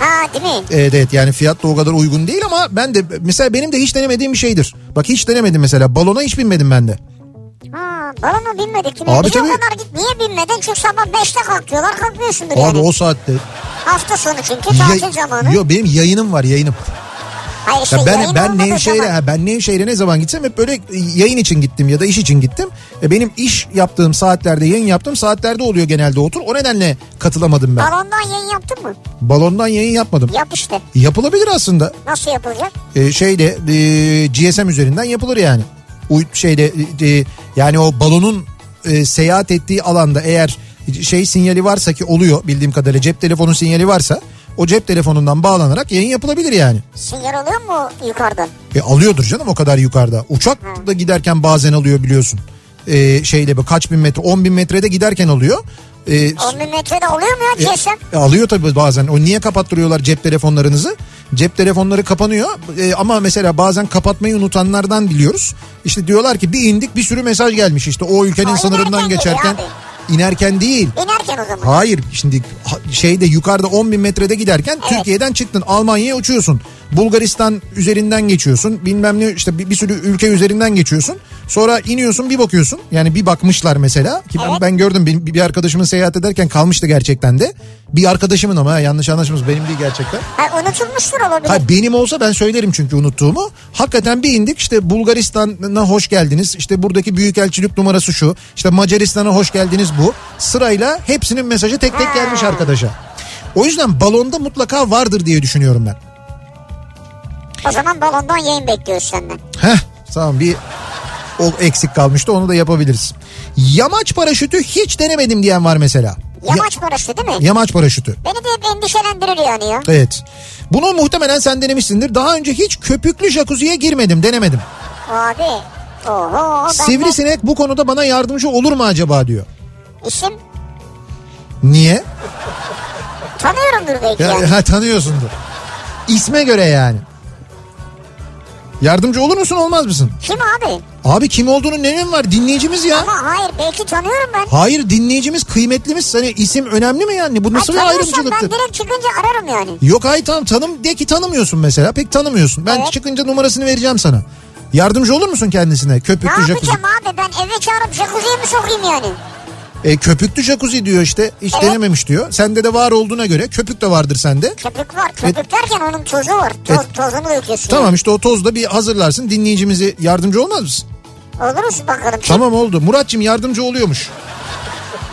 B: Ha değil mi?
A: Evet evet Ee, yani fiyat da o kadar uygun değil ama ben de mesela benim de hiç denemediğim bir şeydir. Bak hiç denemedim mesela balona hiç binmedim ben de.
B: Ha balona binmedik. Abi
A: Abi
B: Biz
A: tabii.
B: o kadar git. Niye binmedin? Çünkü sabah 5'te kalkıyorlar kalkmıyorsundur
A: Abi
B: yani.
A: o saatte.
B: Hafta sonu çünkü
A: Ya-
B: tatil zamanı.
A: Yo benim yayınım var yayınım.
B: Hayır işte
A: Ya ben
B: yayın
A: ben
B: olmadığı
A: Nevşehir'e
B: zaman.
A: ha, ben Nevşehir'e ne zaman gitsem hep böyle e, yayın için gittim ya da iş için gittim. E, benim iş yaptığım saatlerde yayın yaptığım saatlerde oluyor genelde otur. O nedenle katılamadım ben.
B: Balondan yayın yaptın mı?
A: Balondan yayın yapmadım.
B: Yap işte.
A: Yapılabilir aslında.
B: Nasıl yapılacak?
A: e, şeyde e, GSM üzerinden yapılır yani. Uy, şeyde e, e, yani o balonun e, seyahat ettiği alanda eğer şey sinyali varsa ki oluyor bildiğim kadarıyla cep telefonu sinyali varsa o cep telefonundan bağlanarak yayın yapılabilir yani.
B: Sinyal alıyor mu yukarıdan?
A: E, alıyordur canım o kadar yukarıda. Uçak da giderken bazen alıyor biliyorsun. E, şeyle bu kaç bin metre 10 bin metrede giderken alıyor. E,
B: 10 bin metrede oluyor mu ya GSM?
A: e, alıyor tabii bazen. O niye kapattırıyorlar cep telefonlarınızı? Cep telefonları kapanıyor E, ama mesela bazen kapatmayı unutanlardan biliyoruz. İşte diyorlar ki bir indik bir sürü mesaj gelmiş işte o ülkenin
B: Ha,
A: sınırından
B: inerken
A: geçerken.
B: geliyor
A: inerken değil.
B: İnerken o zaman.
A: Hayır şimdi ha- şeyde yukarıda 10 bin metrede giderken
B: Evet.
A: Türkiye'den çıktın Almanya'ya uçuyorsun. Bulgaristan üzerinden geçiyorsun bilmem ne işte bir, bir sürü ülke üzerinden geçiyorsun. Sonra iniyorsun bir bakıyorsun yani bir bakmışlar mesela ki ben,
B: Evet.
A: ben gördüm benim, bir arkadaşımın seyahat ederken kalmıştı gerçekten de. Bir arkadaşımın ama ha, yanlış anlaşılmış benim değil gerçekten.
B: Ha, unutulmuştur olabilir.
A: Ha, benim olsa ben söylerim çünkü unuttuğumu. Hakikaten bir indik işte Bulgaristan'a hoş geldiniz. İşte buradaki büyükelçilik numarası şu. İşte Macaristan'a hoş geldiniz bu. Sırayla hepsinin mesajı tek tek gelmiş arkadaşa. O yüzden balonda mutlaka vardır diye düşünüyorum ben.
B: O zaman balondan yayın bekliyoruz senden.
A: Heh tamam bir o eksik kalmıştı onu da yapabiliriz. Yamaç paraşütü hiç denemedim diyen var mesela. Ya-
B: Yamaç burası değil mi?
A: yamaç paraşütü.
B: Beni de hep endişelendirir yani ya.
A: Evet. Bunu muhtemelen sen denemişsindir. Daha önce hiç köpüklü jacuzziye girmedim, denemedim.
B: Abi. Oho. Ben de
A: Sivrisinek bu konuda bana yardımcı olur mu acaba diyor.
B: isim
A: Niye?
B: tanıyorumdur belki
A: Ya,
B: yani.
A: ha, tanıyorsundur. İsme göre yani. Yardımcı olur musun olmaz mısın?
B: Kim abi?
A: Abi kim olduğunu ne önemi var dinleyicimiz ya.
B: Ama hayır belki tanıyorum ben.
A: Hayır dinleyicimiz kıymetlimiz hani isim önemli mi yani? Bu nasıl
B: Ay,
A: bir
B: tanıyorsam
A: ayrımcılıktır?
B: Ben direkt çıkınca ararım yani.
A: Yok ay tamam tanım de ki tanımıyorsun mesela pek tanımıyorsun. Ben
B: Evet.
A: çıkınca numarasını vereceğim sana. Yardımcı olur musun kendisine?
B: Ne
A: Köpüklü jacuzzi.
B: yapacağım abi ben eve çağırıp jacuzziye mi sokayım yani?
A: E, köpüklü jacuzzi diyor işte. Hiç denememiş diyor. Sende de var olduğuna göre köpük de vardır sende.
B: Köpük var. Köpük derken onun tozu var. Toz, Tozunu döküyorsun.
A: Tamam işte o tozla bir hazırlarsın. Dinleyicimizi yardımcı olmaz mısın?
B: Oluruz bakalım.
A: Tamam oldu. Muratçım yardımcı oluyormuş.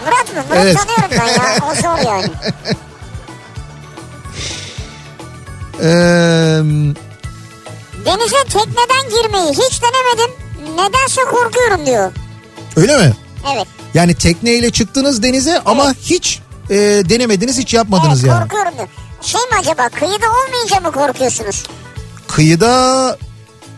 B: Murat mı? Murat
A: Evet.
B: tanıyorum ben ya. O zor yani.
A: Ee,
B: Denize tekneden girmeyi hiç denemedim. Nedense korkuyorum diyor.
A: öyle mi?
B: Evet.
A: Yani tekneyle çıktınız denize ama hiç e, denemediniz, hiç yapmadınız
B: Evet
A: yani.
B: korkuyorum diyor. Şey mi acaba kıyıda olmayınca mı korkuyorsunuz?
A: kıyıda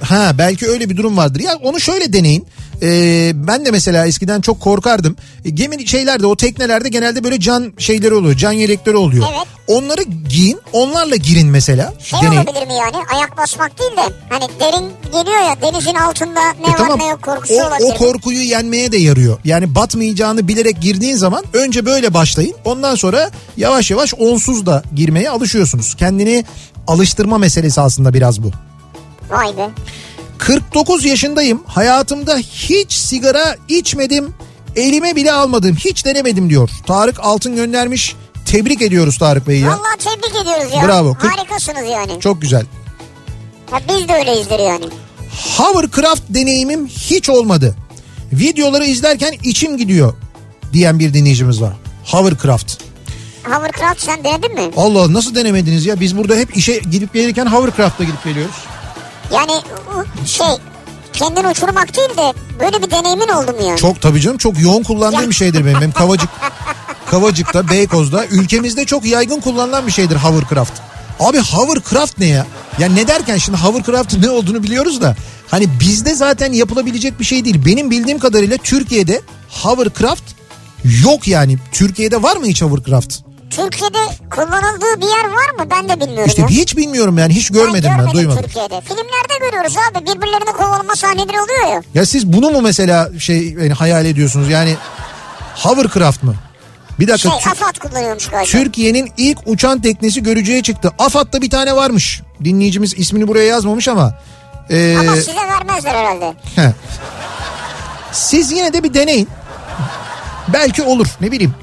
A: ha belki öyle bir durum vardır. Ya onu şöyle deneyin. Ee, ben de mesela eskiden çok korkardım. E, gemi şeylerde o teknelerde genelde böyle can şeyleri oluyor. Can yelekleri oluyor.
B: Evet.
A: Onları giyin. Onlarla girin mesela.
B: Şey
A: deneyin.
B: olabilir mi yani? Ayak basmak değil de hani derin geliyor ya denizin altında ne
A: E
B: var
A: tamam.
B: ne yok korkusu
A: O,
B: olabilir.
A: o korkuyu yenmeye de yarıyor. Yani batmayacağını bilerek girdiğin zaman önce böyle başlayın. Ondan sonra yavaş yavaş onsuz da girmeye alışıyorsunuz. Kendini alıştırma meselesi aslında biraz bu.
B: Vay be.
A: 49 yaşındayım. Hayatımda hiç sigara içmedim. Elime bile almadım. Hiç denemedim diyor. Tarık Altın göndermiş. Tebrik ediyoruz Tarık Bey'i ya.
B: Vallahi tebrik ediyoruz ya.
A: Bravo. Kırk-
B: Harikasınız yani.
A: Çok güzel.
B: Ya biz de öyleyizdir yani.
A: Hovercraft deneyimim hiç olmadı. Videoları izlerken içim gidiyor diyen bir dinleyicimiz var. Hovercraft.
B: Hovercraft sen denedin mi?
A: Allah Allah, nasıl denemediniz ya? Biz burada hep işe gidip gelirken hovercraft'la gidip geliyoruz.
B: Yani ı- şey kendini uçurmak değil de böyle bir deneyimin oldu mu yani?
A: Çok tabii canım çok yoğun kullandığım bir şeydir benim. Benim Kavacık, Kavacık'ta, Beykoz'da ülkemizde çok yaygın kullanılan bir şeydir hovercraft. Abi hovercraft ne ya? Ya ne derken şimdi hovercraft'ın ne olduğunu biliyoruz da. Hani bizde zaten yapılabilecek bir şey değil. Benim bildiğim kadarıyla Türkiye'de hovercraft yok yani. Türkiye'de var mı hiç hovercraft?
B: Türkiye'de kullanıldığı bir yer var mı? Ben de bilmiyorum
A: İşte
B: ya.
A: hiç bilmiyorum yani hiç görmedim ben,
B: görmedim
A: duymadım.
B: Türkiye'de. Filmlerde görüyoruz abi birbirlerini kovalama sahneleri oluyor ya.
A: Ya siz bunu mu mesela şey yani hayal ediyorsunuz yani hovercraft mı? Bir dakika
B: Şey
A: Tür-
B: AFAD kullanıyormuş galiba.
A: Türkiye'nin ilk uçan teknesi görücüye çıktı. AFAD'da bir tane varmış. Dinleyicimiz ismini buraya yazmamış ama. Ee,
B: Ama size vermezler herhalde.
A: he. Siz yine de bir deneyin. Belki olur ne bileyim.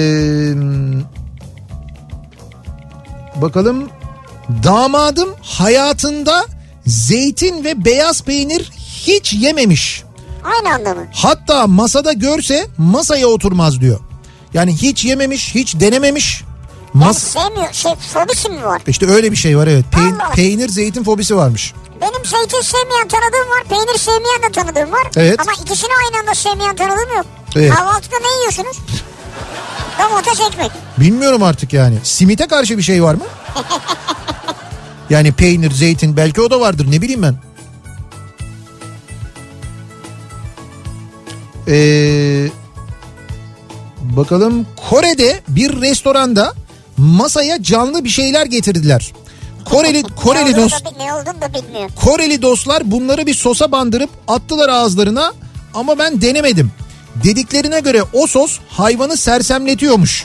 A: Ee, bakalım. Damadım hayatında zeytin ve beyaz peynir hiç yememiş.
B: Aynı anda mı?
A: Hatta masada görse masaya oturmaz diyor. Yani hiç yememiş, hiç denememiş.
B: Yani
A: Mas
B: sevmiyor. Şey fobisi mi var?
A: işte öyle bir şey var evet. Peyn-
B: Allah.
A: peynir zeytin fobisi varmış.
B: Benim zeytin sevmeyen tanıdığım var. Peynir sevmeyen de tanıdığım var.
A: Evet.
B: Ama ikisini aynı anda sevmeyen tanıdığım yok.
A: Evet.
B: Kahvaltıda ne yiyorsunuz? Domates ekmek.
A: Bilmiyorum artık yani. Simite karşı bir şey var mı? yani peynir, zeytin belki o da vardır ne bileyim ben. Ee, bakalım Kore'de bir restoranda masaya canlı bir şeyler getirdiler. Koreli Koreli
B: ne, olduğunu
A: dost
B: da, bi- ne olduğunu da bilmiyor.
A: Koreli dostlar bunları bir sosa bandırıp attılar ağızlarına ama ben denemedim. Dediklerine göre o sos hayvanı sersemletiyormuş.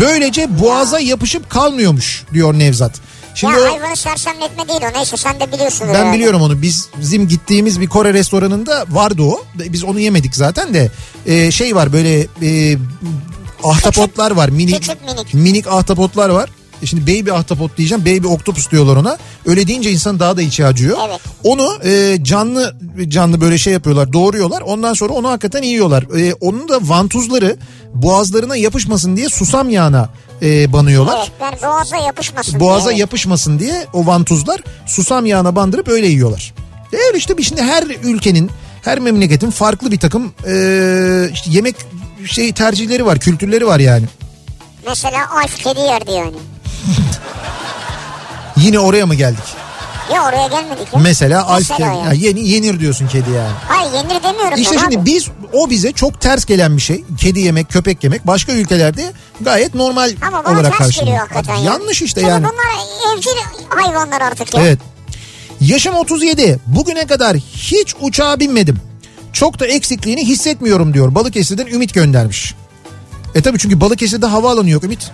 A: Böylece boğaza yapışıp kalmıyormuş diyor Nevzat. Şimdi
B: ya
A: o,
B: hayvanı sersemletme değil o neyse sen de biliyorsun.
A: ben biliyorum onu. Biz- Bizim gittiğimiz bir Kore restoranında vardı o. Biz onu yemedik zaten de. Ee, şey var böyle e, ahtapotlar var. Minik,
B: Küçük minik.
A: ahtapotlar var. E Şimdi baby ahtapot diyeceğim. Baby octopus diyorlar ona. Öyle deyince insan daha da içi acıyor.
B: Evet.
A: Onu e, canlı canlı böyle şey yapıyorlar. Doğruyorlar. Ondan sonra onu hakikaten yiyorlar. E, onun da vantuzları boğazlarına yapışmasın diye susam yağına e, banıyorlar.
B: Evet ben boğaza yapışmasın
A: Boğaza
B: diye.
A: yapışmasın diye o vantuzlar susam yağına bandırıp öyle yiyorlar. Eğer işte bir şimdi her ülkenin her memleketin farklı bir takım eee, işte yemek şey tercihleri var, kültürleri var yani.
B: Mesela Alf kedi yerdi yani.
A: Yine oraya mı geldik?
B: Ya oraya gelmedik ya.
A: Mesela alf
B: Mesela
A: yani.
B: yani.
A: yeni yenir diyorsun kedi yani.
B: Hayır yenir demiyorum.
A: İşte
B: ben
A: şimdi
B: abi.
A: biz o bize çok ters gelen bir şey. Kedi yemek, köpek yemek başka ülkelerde gayet normal
B: Ama bana
A: olarak
B: ters
A: karşılanıyor.
B: geliyor hakikaten. ya.
A: Yanlış işte
B: Çünkü
A: yani.
B: bunlar evcil hayvanlar artık ya.
A: Evet. Yaşım 37. Bugüne kadar hiç uçağa binmedim. Çok da eksikliğini hissetmiyorum diyor. Balıkesir'den Ümit göndermiş. E tabii çünkü Balıkesir'de havaalanı yok Ümit.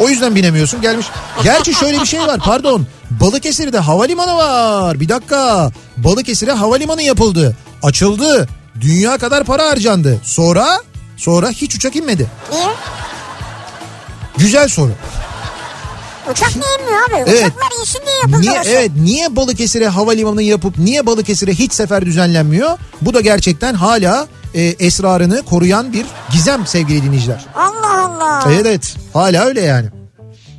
A: O yüzden binemiyorsun gelmiş. Gerçi şöyle bir şey var pardon. Balıkesir'de havalimanı var. Bir dakika. Balıkesir'e havalimanı yapıldı. Açıldı. Dünya kadar para harcandı. Sonra sonra hiç uçak inmedi.
B: Niye?
A: Güzel soru.
B: Uçak niye inmiyor abi?
A: Evet.
B: Uçaklar iyisin diye yapıldı
A: Niye
B: orası.
A: evet niye Balıkesir'e havalimanı yapıp niye Balıkesir'e hiç sefer düzenlenmiyor? Bu da gerçekten hala e, esrarını koruyan bir gizem sevgili dinleyiciler.
B: Allah Allah.
A: Evet evet hala öyle yani.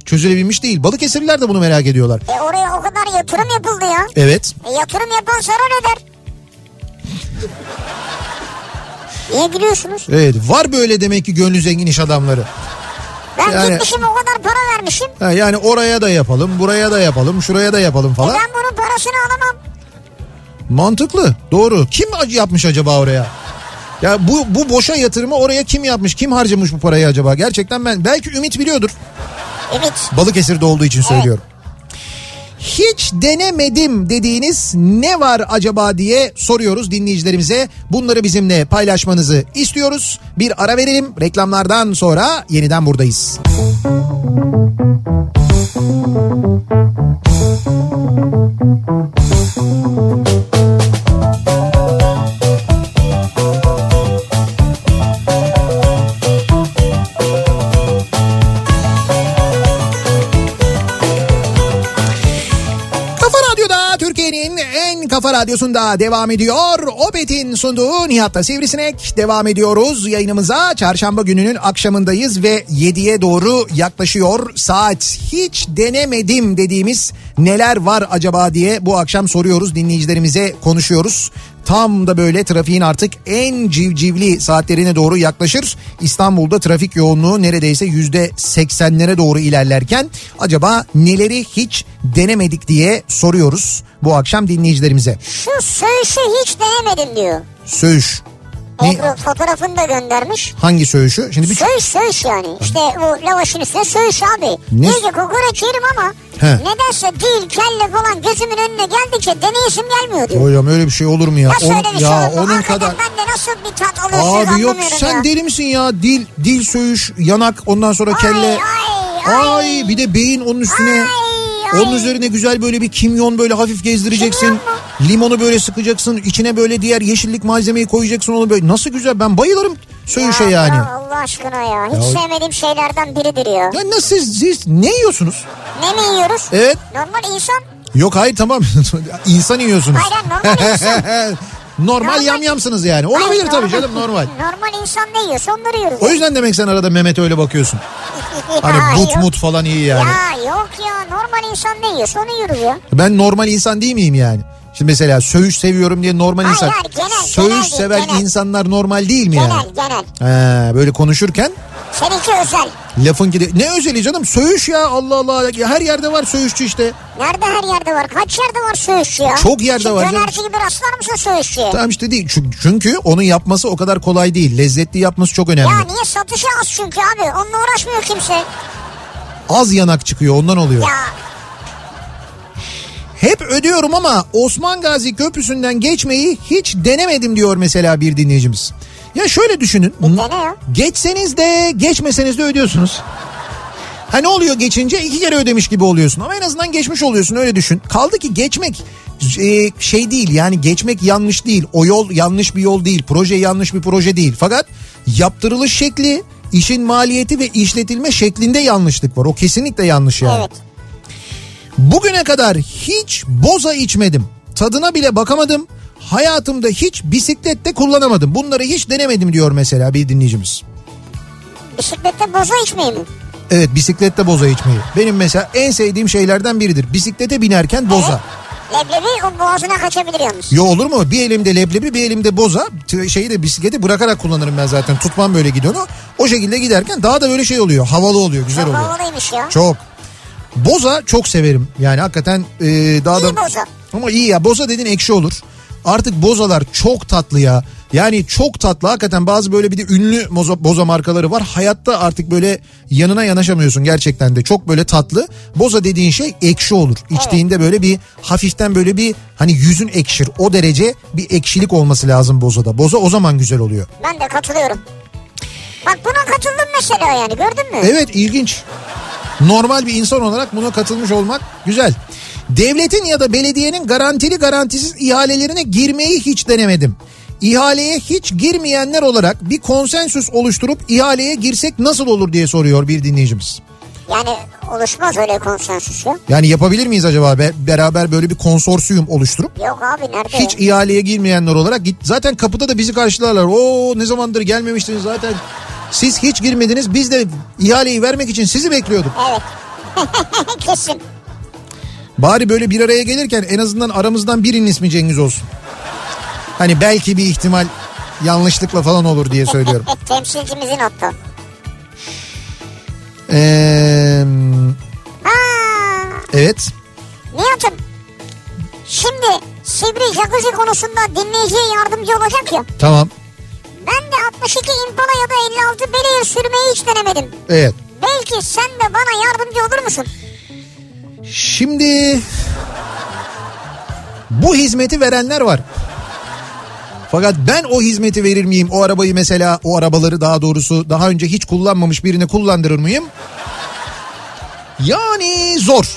A: Çözülebilmiş değil. Balıkesirliler de bunu merak ediyorlar.
B: E oraya o kadar yatırım yapıldı ya.
A: Evet.
B: E yatırım yapan zarar eder. Niye gülüyorsunuz?
A: Evet var böyle demek ki gönlü zengin iş adamları.
B: Ben
A: Yani-
B: gitmişim o kadar para vermişim. E,
A: Ha, yani oraya da yapalım, buraya da yapalım, şuraya da yapalım falan.
B: Ben bunun parasını alamam.
A: Mantıklı. Doğru. Kim ac- yapmış acaba oraya? Ya bu bu boşa yatırımı oraya kim yapmış? Kim harcamış bu parayı acaba? Gerçekten ben belki Ümit biliyordur.
B: Evet.
A: Balıkesir'de olduğu için söylüyorum. Hiç denemedim dediğiniz ne var acaba diye soruyoruz dinleyicilerimize. Bunları bizimle paylaşmanızı istiyoruz. Bir ara verelim. Reklamlardan sonra yeniden buradayız. Kafa Radyo'da Türkiye'nin en kafa radyosunda devam ediyor. Opet'in sunduğu Nihat'ta Sivrisinek devam ediyoruz. Yayınımıza çarşamba gününün akşamındayız ve 7'ye doğru yaklaşıyor saat. Hiç denemedim dediğimiz neler var acaba diye bu akşam soruyoruz dinleyicilerimize konuşuyoruz. Tam da böyle trafiğin artık en civcivli saatlerine doğru yaklaşır. İstanbul'da trafik yoğunluğu neredeyse yüzde seksenlere doğru ilerlerken acaba neleri hiç denemedik diye soruyoruz bu akşam dinleyicilerimize.
B: Şu söğüşü hiç denemedim diyor.
A: Söğüş. Ne,
B: Ebru fotoğrafını da göndermiş.
A: hangi söğüşü? Şimdi bir
B: Söğüş söğüş yani. İşte bu lavaşın üstüne söğüş abi.
A: Ne-
B: İyi ki kokoreç yerim ama
A: He.
B: nedense dil, kelle falan gözümün önüne geldikçe deneyesim gelmiyor diyor.
A: Hocam öyle bir şey olur mu ya?
B: Nasıl
A: Onun-
B: öyle bir şey
A: ya
B: olur mu?
A: onun
B: Hakikaten
A: kadar
B: ben de nasıl bir tat alıyorsunuz
A: Abi yok
B: anlamıyorum
A: sen
B: ya.
A: deli misin ya? Dil dil söğüş, yanak, ondan sonra kelle.
B: ay, ay.
A: bir de beyin onun üstüne.
B: Ay, ay.
A: Onun üzerine güzel böyle bir kimyon böyle hafif gezdireceksin.
B: Kimyon
A: Limonu böyle sıkacaksın. içine böyle diğer yeşillik malzemeyi koyacaksın onu böyle. Nasıl güzel ben bayılırım söğüşe
B: Ya,
A: şey yani.
B: ya Allah aşkına ya. Hiç
A: Ya-
B: sevmediğim şeylerden biridir ya.
A: Ya nasıl siz, siz ne yiyorsunuz?
B: Ne mi yiyoruz?
A: Evet.
B: Normal insan.
A: Yok hayır tamam. İnsan yiyorsunuz.
B: Hayır, normal insan.
A: normal
B: Normal-
A: yamyamsınız yani.
B: Hayır,
A: Olabilir tabii
B: normal-
A: canım normal.
B: Normal insan ne yiyorsa onları yiyoruz.
A: O yüzden demek sen arada Mehmet'e öyle bakıyorsun. Hani but mut falan iyi yani.
B: Ya yok ya normal insan ne yiyorsa onu yiyoruz ya.
A: Ben normal insan değil miyim yani? Şimdi mesela söğüş seviyorum diye normal
B: Hayır,
A: insan.
B: hayır, genel,
A: söğüş
B: genel,
A: sever
B: genel.
A: insanlar normal değil mi yani?
B: Genel genel.
A: He, böyle konuşurken
B: Seninki özel.
A: lafın gidi. Ne özeli canım söğüş ya Allah Allah. Ya Her yerde var söğüşçü işte.
B: Nerede her yerde var? Kaç yerde var söğüşçü ya?
A: Çok yerde
B: Şu
A: var canım.
B: Dönerci gibi rastlar mısın söğüşçüye?
A: Tamam işte değil. Çünkü- Çünkü onun yapması o kadar kolay değil. Lezzetli yapması çok önemli.
B: Ya niye satışı az çünkü abi? Onunla uğraşmıyor kimse.
A: Az yanak çıkıyor ondan oluyor.
B: Ya
A: Hep ödüyorum ama Osman Gazi Köprüsü'nden geçmeyi hiç denemedim diyor mesela bir dinleyicimiz. Ya şöyle düşünün.
B: E, dene ya.
A: Geçseniz de geçmeseniz de ödüyorsunuz. Ha ne oluyor geçince iki kere ödemiş gibi oluyorsun ama en azından geçmiş oluyorsun öyle düşün. Kaldı ki geçmek e, şey değil yani geçmek yanlış değil. O yol yanlış bir yol değil. Proje yanlış bir proje değil. Fakat yaptırılış şekli, işin maliyeti ve işletilme şeklinde yanlışlık var. O kesinlikle yanlış yani.
B: evet.
A: Bugüne kadar hiç boza içmedim. Tadına bile bakamadım. Hayatımda hiç bisiklet de kullanamadım. Bunları hiç denemedim diyor mesela bir dinleyicimiz.
B: Bisiklette boza içmeyi mi?
A: Evet bisiklette boza içmeyi. Benim mesela en sevdiğim şeylerden biridir. Bisiklete binerken boza.
B: Leblebi o boğazına kaçabilir yalnız.
A: Yo olur mu? Bir elimde leblebi bir elimde boza. T- Şeyi de bisikleti bırakarak kullanırım ben zaten. Tutmam böyle gidiyordu. O şekilde giderken daha da böyle şey oluyor. Havalı oluyor. Güzel
B: Çok
A: oluyor.
B: havalıymış ya.
A: Çok. Boza çok severim. Yani hakikaten e, daha
B: İyi
A: da...
B: boza.
A: Ama iyi ya boza dedin ekşi olur. Artık bozalar çok tatlı ya. Yani çok tatlı hakikaten bazı böyle bir de ünlü moza- boza markaları var. Hayatta artık böyle yanına yanaşamıyorsun gerçekten de. Çok böyle tatlı. Boza dediğin şey ekşi olur. İçtiğinde böyle bir hafiften böyle bir hani yüzün ekşir. O derece bir ekşilik olması lazım bozada. Boza o zaman güzel oluyor.
B: Ben de katılıyorum. Bak buna katıldım mesela yani gördün mü?
A: Evet ilginç. Normal bir insan olarak buna katılmış olmak güzel. Devletin ya da belediyenin garantili garantisiz ihalelerine girmeyi hiç denemedim. İhaleye hiç girmeyenler olarak bir konsensüs oluşturup ihaleye girsek nasıl olur diye soruyor bir dinleyicimiz.
B: Yani oluşmaz öyle konsensüs ya.
A: Yani yapabilir miyiz acaba be- beraber böyle bir konsorsiyum oluşturup
B: Yok abi nerede?
A: hiç
B: ya?
A: ihaleye girmeyenler olarak git zaten kapıda da bizi karşılarlar. O ne zamandır gelmemiştiniz zaten. Siz hiç girmediniz. Biz de ihaleyi vermek için sizi bekliyorduk.
B: Evet. Kesin.
A: Bari böyle bir araya gelirken en azından aramızdan birinin ismi Cengiz olsun. Hani belki bir ihtimal yanlışlıkla falan olur diye söylüyorum.
B: Temsilcimizin ottu.
A: Ee,
B: Aa,
A: evet.
B: Nihat'ım şimdi Sivri Jacuzzi konusunda dinleyiciye yardımcı olacak ya.
A: Tamam.
B: Ben de 62 Impala ya da 56 Belayer sürmeyi hiç denemedim.
A: Evet.
B: Belki sen de bana yardımcı olur musun?
A: Şimdi bu hizmeti verenler var. Fakat ben o hizmeti verir miyim? O arabayı mesela o arabaları daha doğrusu daha önce hiç kullanmamış birine kullandırır mıyım? Yani zor.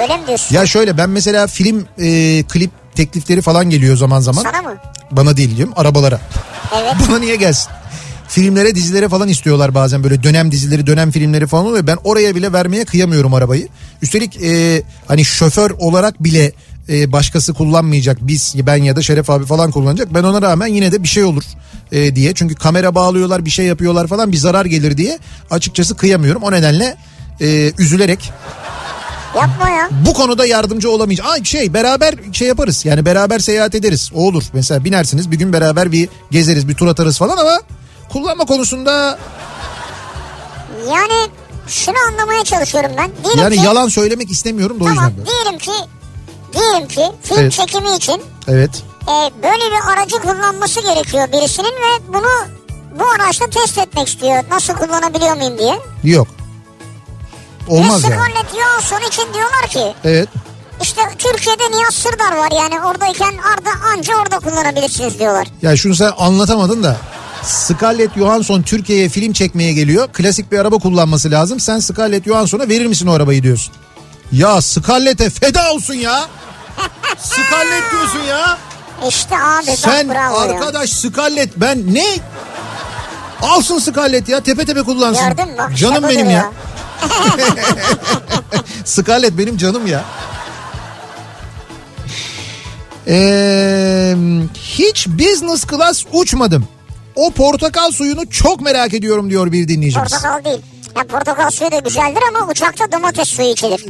B: Öyle mi diyorsun?
A: Ya şöyle ben mesela film e, klip teklifleri falan geliyor zaman zaman.
B: Sana mı?
A: Bana değil diyorum arabalara.
B: Evet.
A: Bana niye gelsin? Filmlere dizilere falan istiyorlar bazen böyle dönem dizileri dönem filmleri falan oluyor. Ben oraya bile vermeye kıyamıyorum arabayı. Üstelik e, hani şoför olarak bile e, başkası kullanmayacak. Biz ben ya da Şeref abi falan kullanacak. Ben ona rağmen yine de bir şey olur e, diye. Çünkü kamera bağlıyorlar bir şey yapıyorlar falan bir zarar gelir diye. Açıkçası kıyamıyorum. O nedenle e, üzülerek
B: Yapma ya.
A: bu konuda yardımcı olamayacağım. Ay şey beraber şey yaparız yani beraber seyahat ederiz o olur. Mesela binersiniz bir gün beraber bir gezeriz bir tur atarız falan ama kullanma konusunda
B: Yani şunu anlamaya çalışıyorum ben. Diyelim
A: yani
B: ki,
A: yalan söylemek istemiyorum da o
B: Tamam
A: yüzden. böyle.
B: diyelim ki diyelim ki film
A: Evet.
B: çekimi için
A: Evet
B: e, böyle bir aracı kullanması gerekiyor birisinin ve bunu bu araçla test etmek istiyor. Nasıl kullanabiliyor muyum diye.
A: yok olmaz
B: ve
A: yani.
B: Sırmanla Johansson için diyorlar ki
A: Evet
B: işte Türkiye'de Nihat Sırdar var yani oradayken Arda anca orada kullanabilirsiniz diyorlar.
A: ya şunu sen anlatamadın da. Scarlett Johansson Türkiye'ye film çekmeye geliyor. Klasik bir araba kullanması lazım. Sen Scarlett Johansson'a verir misin o arabayı diyorsun. Ya Scarlett'e feda olsun ya. Scarlett diyorsun ya.
B: İşte abi bak
A: Sen
B: bravo ya.
A: arkadaş Scarlett ben ne? Alsın Scarlett ya tepe tepe kullansın.
B: Gördün mü? Bak işte
A: Canım
B: budur
A: benim ya. Scarlett benim canım ya. Ee, hiç business class uçmadım. O portakal suyunu çok merak ediyorum diyor bir dinleyicimiz.
B: Portakal değil. Ya portakal suyu da güzeldir ama uçakta domates suyu içilir.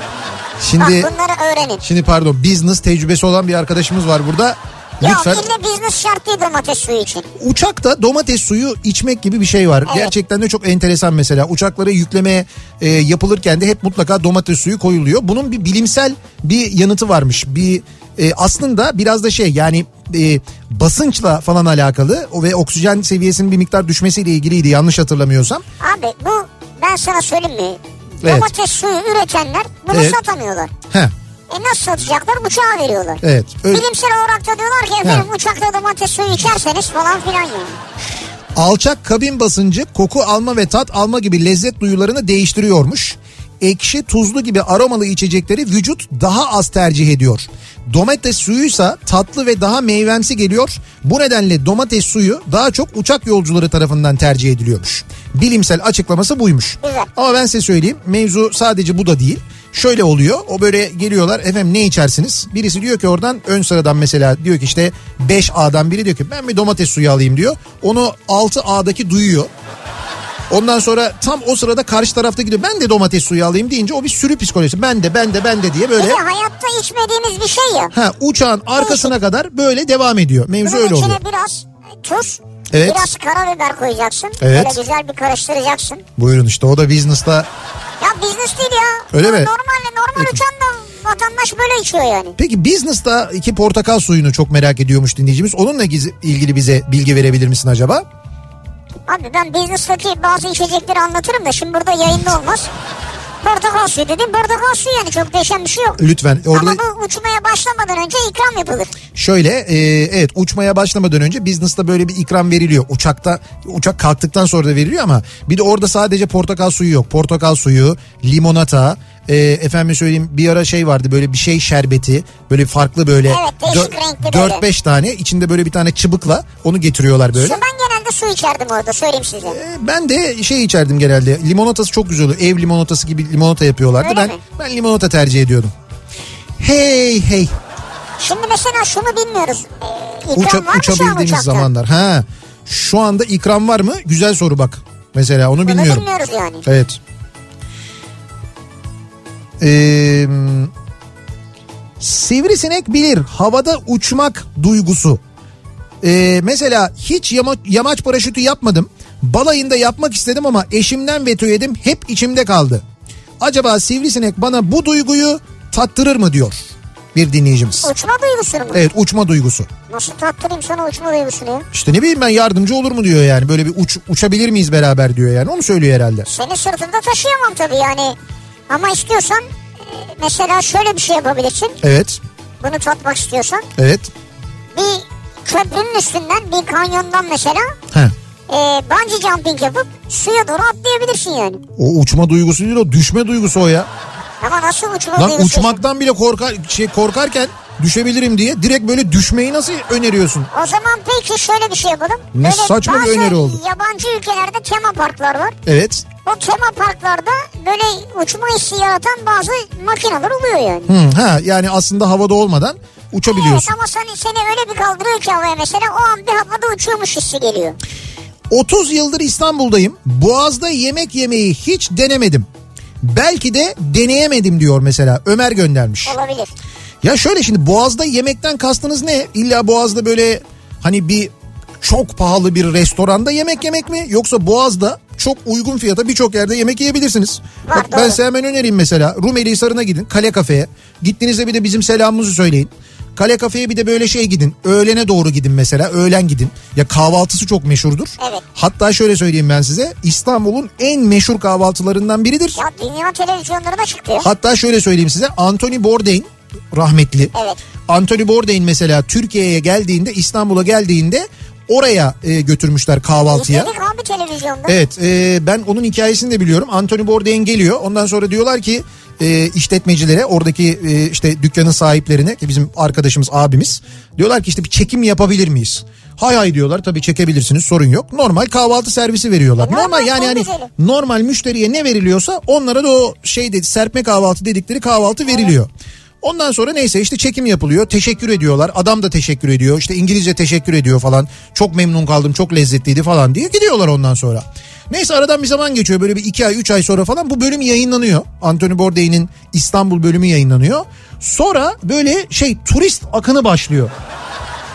B: Bak
A: Şimdi
B: bunları öğrenin.
A: şimdi pardon business tecrübesi olan bir arkadaşımız var burada. Lütfen
B: Yok illa business şart değil domates suyu için.
A: uçakta domates suyu içmek gibi bir şey var.
B: Evet.
A: Gerçekten de çok enteresan mesela. Uçaklara yükleme e, yapılırken de hep mutlaka domates suyu koyuluyor. Bunun bir bilimsel bir yanıtı varmış. Bir e, aslında biraz da şey yani e, basınçla falan alakalı o ve oksijen seviyesinin bir miktar düşmesiyle ilgiliydi yanlış hatırlamıyorsam.
B: Abi bu ben sana söyleyeyim mi?
A: Evet.
B: Domates suyu üretenler bunu
A: Evet.
B: satamıyorlar.
A: Heh,
B: E nasıl satacaklar? Uçağa veriyorlar.
A: evet. Öyle-
B: Bilimsel olarak da diyorlar ki efendim uçakta domates suyu içerseniz falan filan yani.
A: Alçak kabin basıncı koku alma ve tat alma gibi lezzet duyularını değiştiriyormuş. Ekşi, tuzlu gibi aromalı içecekleri vücut daha az tercih ediyor. Domates suyuysa tatlı ve daha meyvemsi geliyor. Bu nedenle domates suyu daha çok uçak yolcuları tarafından tercih ediliyormuş. Bilimsel açıklaması buymuş.
B: Güzel.
A: Ama ben size söyleyeyim mevzu sadece bu da değil. Şöyle oluyor o böyle geliyorlar efendim ne içersiniz? Birisi diyor ki oradan ön sıradan mesela diyor ki işte 5A'dan biri diyor ki ben bir domates suyu alayım diyor. Onu 6A'daki duyuyor. Ondan sonra tam o sırada karşı tarafta gidiyor ben de domates suyu alayım deyince o bir sürü psikolojisi ben de ben de ben de diye
B: Bir
A: böyle
B: de hayatta içmediğimiz bir şey ya.
A: ha, uçağın arkasına kadar böyle devam ediyor. Mevzu
B: Bunun
A: öyle
B: içine
A: oluyor.
B: biraz tuz,
A: Evet.
B: biraz karabiber koyacaksın.
A: Evet.
B: Böyle güzel bir karıştıracaksın.
A: Buyurun işte o da business'ta
B: Ya business değil ya.
A: Öyle
B: Bu
A: mi?
B: Normal, normal uçan da vatandaş böyle içiyor yani.
A: Peki business'ta iki portakal suyunu çok merak ediyormuş dinleyicimiz. Onunla giz- ilgili bize bilgi verebilir misin acaba?
B: Abi ben business'taki bazı içecekleri anlatırım da şimdi burada yayında olmaz. Portakal suyu dedim. Portakal suyu yani çok değişen bir şey yok.
A: Lütfen orada
B: Ama bu uçmaya başlamadan önce ikram yapılır.
A: şöyle e, evet uçmaya başlamadan önce business'ta böyle bir ikram veriliyor. Uçakta uçak kalktıktan sonra da veriliyor ama bir de orada sadece portakal suyu yok. Portakal suyu, limonata, e, efendim söyleyeyim bir ara şey vardı böyle bir şey şerbeti böyle farklı böyle
B: Evet, değişik renkli böyle.
A: 4-5 tane içinde böyle bir tane çıbıkla onu getiriyorlar böyle.
B: Su, ben genelde su içerdim orada söyleyeyim size.
A: E, Ben de şey içerdim genelde. Limonatası çok güzel olur. Ev limonatası gibi limonata yapıyorlardı.
B: Öyle
A: ben
B: mi?
A: ben limonata tercih ediyordum. Hey hey.
B: Şimdi mesela şunu bilmiyoruz. Ee, ikram
A: Uça,
B: var mı şu an
A: uçabildiğimiz
B: uçakta?
A: zamanlar. Ha. Şu anda ikram var mı? Güzel soru bak. Mesela onu
B: Bunu
A: bilmiyorum.
B: bilmiyoruz yani.
A: Evet. Ee, sivrisinek bilir havada uçmak duygusu. Ee, mesela hiç yama- yamaç paraşütü yapmadım. Balayında yapmak istedim ama eşimden veto yedim. Hep içimde kaldı. Acaba sivrisinek bana bu duyguyu tattırır mı diyor bir dinleyicimiz.
B: Uçma duygusunu mu?
A: Evet uçma duygusu.
B: Nasıl tattırayım sana uçma duygusunu ya?
A: İşte ne bileyim ben yardımcı olur mu diyor yani. Böyle bir uç, uçabilir miyiz beraber diyor yani. Onu söylüyor herhalde.
B: Seni sırtımda taşıyamam tabii yani. Ama istiyorsan e, mesela şöyle bir şey yapabilirsin.
A: Evet.
B: Bunu tatmak istiyorsan.
A: Evet.
B: Bir köprünün üstünden bir kanyondan mesela
A: Heh.
B: e, bungee jumping yapıp suya doğru atlayabilirsin yani.
A: O uçma duygusu değil o düşme duygusu o ya.
B: Ama nasıl uçma
A: Lan
B: duygusu?
A: uçmaktan bile korkar şey korkarken düşebilirim diye direkt böyle düşmeyi nasıl öneriyorsun?
B: O zaman peki şöyle bir şey yapalım.
A: Ne saçma bir
B: bazı
A: öneri oldu.
B: yabancı ülkelerde tema parklar var.
A: Evet.
B: O tema parklarda böyle uçma hissi yaratan bazı makineler oluyor yani.
A: Hı, ha yani aslında havada olmadan
B: Evet
A: uçabiliyorsun.
B: ama seni, seni öyle bir kaldırıyor ki havaya mesela o an bir havada uçuyormuş hissi geliyor.
A: 30 yıldır İstanbul'dayım. Boğaz'da yemek yemeyi hiç denemedim. Belki de deneyemedim diyor mesela Ömer göndermiş.
B: Olabilir.
A: Ya şöyle şimdi Boğaz'da yemekten kastınız ne? İlla Boğaz'da böyle hani bir çok pahalı bir restoranda yemek yemek mi? Yoksa Boğaz'da çok uygun fiyata birçok yerde yemek yiyebilirsiniz.
B: Var,
A: Bak ben
B: doğru.
A: size hemen önereyim mesela. Rumeli Hisarı'na gidin Kale Kafe'ye. Gittiğinizde bir de bizim selamımızı söyleyin. Kale Kafe'ye bir de böyle şey gidin. Öğlene doğru gidin mesela. Öğlen gidin. Ya kahvaltısı çok meşhurdur.
B: Evet.
A: Hatta şöyle söyleyeyim ben size. İstanbul'un en meşhur kahvaltılarından biridir.
B: Ya dünya televizyonlarına çıktı.
A: Hatta şöyle söyleyeyim size Anthony Bourdain rahmetli.
B: Evet.
A: Anthony Bourdain mesela Türkiye'ye geldiğinde İstanbul'a geldiğinde oraya e, götürmüşler kahvaltıya.
B: İzledik abi televizyonda.
A: Evet e, ben onun hikayesini de biliyorum. Anthony Bourdain geliyor ondan sonra diyorlar ki e, işletmecilere oradaki e, işte dükkanın sahiplerine ki bizim arkadaşımız abimiz diyorlar ki işte bir çekim yapabilir miyiz? Hay hay diyorlar tabii çekebilirsiniz sorun yok. Normal kahvaltı servisi veriyorlar.
B: E, normal,
A: normal yani
B: en
A: hani
B: güzeli.
A: normal müşteriye ne veriliyorsa onlara da o şey dedi serpme kahvaltı dedikleri kahvaltı veriliyor. Ondan sonra neyse işte çekim yapılıyor. Teşekkür ediyorlar. Adam da teşekkür ediyor. İşte İngilizce teşekkür ediyor falan. Çok memnun kaldım. Çok lezzetliydi falan diye gidiyorlar ondan sonra. Neyse aradan bir zaman geçiyor. Böyle bir iki ay üç ay sonra falan bu bölüm yayınlanıyor. Anthony Bourdain'in İstanbul bölümü yayınlanıyor. Sonra böyle şey turist akını başlıyor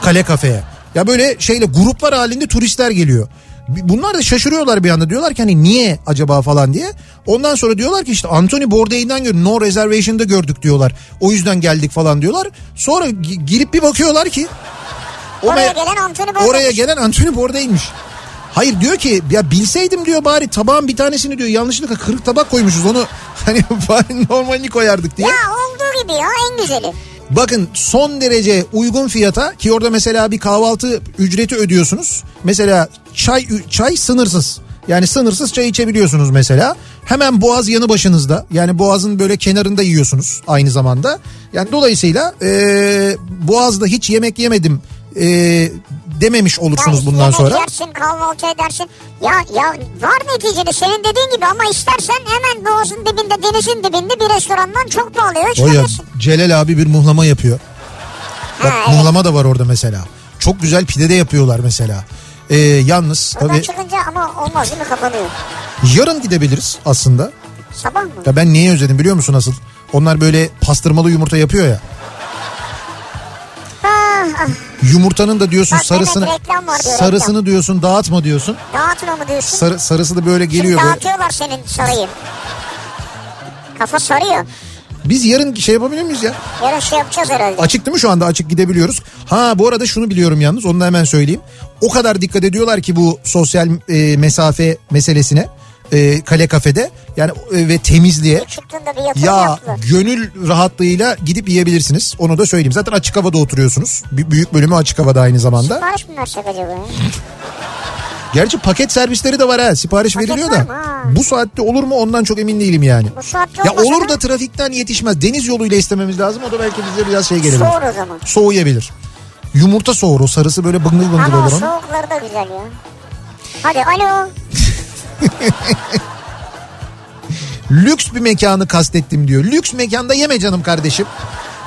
A: kale kafeye. Ya böyle şeyle gruplar halinde turistler geliyor. B- Bunlar da şaşırıyorlar bir anda diyorlar ki hani niye acaba falan diye. Ondan sonra diyorlar ki işte Anthony Bourdain'den gördük no reservation'da gördük diyorlar. O yüzden geldik falan diyorlar. Sonra gi- girip bir bakıyorlar ki o
B: Oraya
A: me-
B: gelen Anthony Bourdain.
A: oraya gelen Anthony Bourdain'miş. Hayır diyor ki ya bilseydim diyor bari tabağın bir tanesini diyor yanlışlıkla kırık tabak koymuşuz onu hani bari normalini koyardık diye.
B: Ya olduğu gibi ya en güzeli.
A: Bakın son derece uygun fiyata ki orada mesela bir kahvaltı ücreti ödüyorsunuz. Mesela çay çay sınırsız. Yani sınırsız çay içebiliyorsunuz mesela. Hemen boğaz yanı başınızda. Yani boğazın böyle kenarında yiyorsunuz aynı zamanda. Yani dolayısıyla eee, boğazda hiç yemek yemedim eee, dememiş olursunuz
B: Ya
A: bundan
B: yemek
A: sonra.
B: yersin kahvaltı edersin. Ya, ya var neticede senin dediğin gibi ama istersen hemen boğazın dibinde denizin dibinde bir restorandan çok pahalıya
A: O ya
B: içebilirsin.
A: Celal abi bir muhlama yapıyor. Bak
B: Ha, evet.
A: muhlama da var orada mesela. Çok güzel pide de yapıyorlar mesela. Ee, yalnız
B: Buradan
A: tabii
B: çıkınca ama olmaz değil mi kapanıyor.
A: yarın gidebiliriz aslında.
B: Sabah mı?
A: Ya ben niye özledim biliyor musun asıl? Onlar böyle pastırmalı yumurta yapıyor ya.
B: Ah, ah,
A: Yumurtanın da diyorsun
B: Bak,
A: sarısını
B: evet, reklam var diyor,
A: sarısını diyorsun dağıtma diyorsun.
B: dağıtın onu diyorsun.
A: Sarı, sarısı da böyle
B: Şimdi
A: geliyor böyle.
B: dağıtıyorlar senin sarıyı. Kafa sarıyor.
A: Biz yarın şey yapabilir miyiz ya?
B: Yarın şey yapacağız herhalde.
A: Açık değil mi şu anda? Açık gidebiliyoruz. Ha bu arada şunu biliyorum yalnız onu da hemen söyleyeyim. O kadar dikkat ediyorlar ki bu sosyal e, mesafe meselesine. e, kale kafede yani e, ve temizliğe.
B: Çıktığında bir yatırım
A: Ya
B: yaptılar.
A: gönül rahatlığıyla gidip yiyebilirsiniz. Onu da söyleyeyim. Zaten açık
B: şey
A: havada oturuyorsunuz. Bir- Büyük bölümü açık havada aynı zamanda.
B: Sipariş mi versek acaba? ya?
A: Gerçi paket servisleri de var ha sipariş
B: Paket
A: veriliyor
B: var
A: da.
B: mı? Ha.
A: Bu saatte olur mu ondan çok emin değilim yani.
B: Bu saatte
A: Ya
B: olmasa
A: olur da trafikten yetişmez. Deniz yoluyla istememiz lazım. O da belki bize biraz şey gelebilir.
B: Soğur o zaman.
A: Soğuyabilir. Yumurta soğur o sarısı böyle bıngıl bıngıl
B: Ama o
A: olur onun.
B: soğukları da güzel ya. Hadi alo.
A: Lüks bir mekanı kastettim diyor. Lüks mekanda yeme canım kardeşim.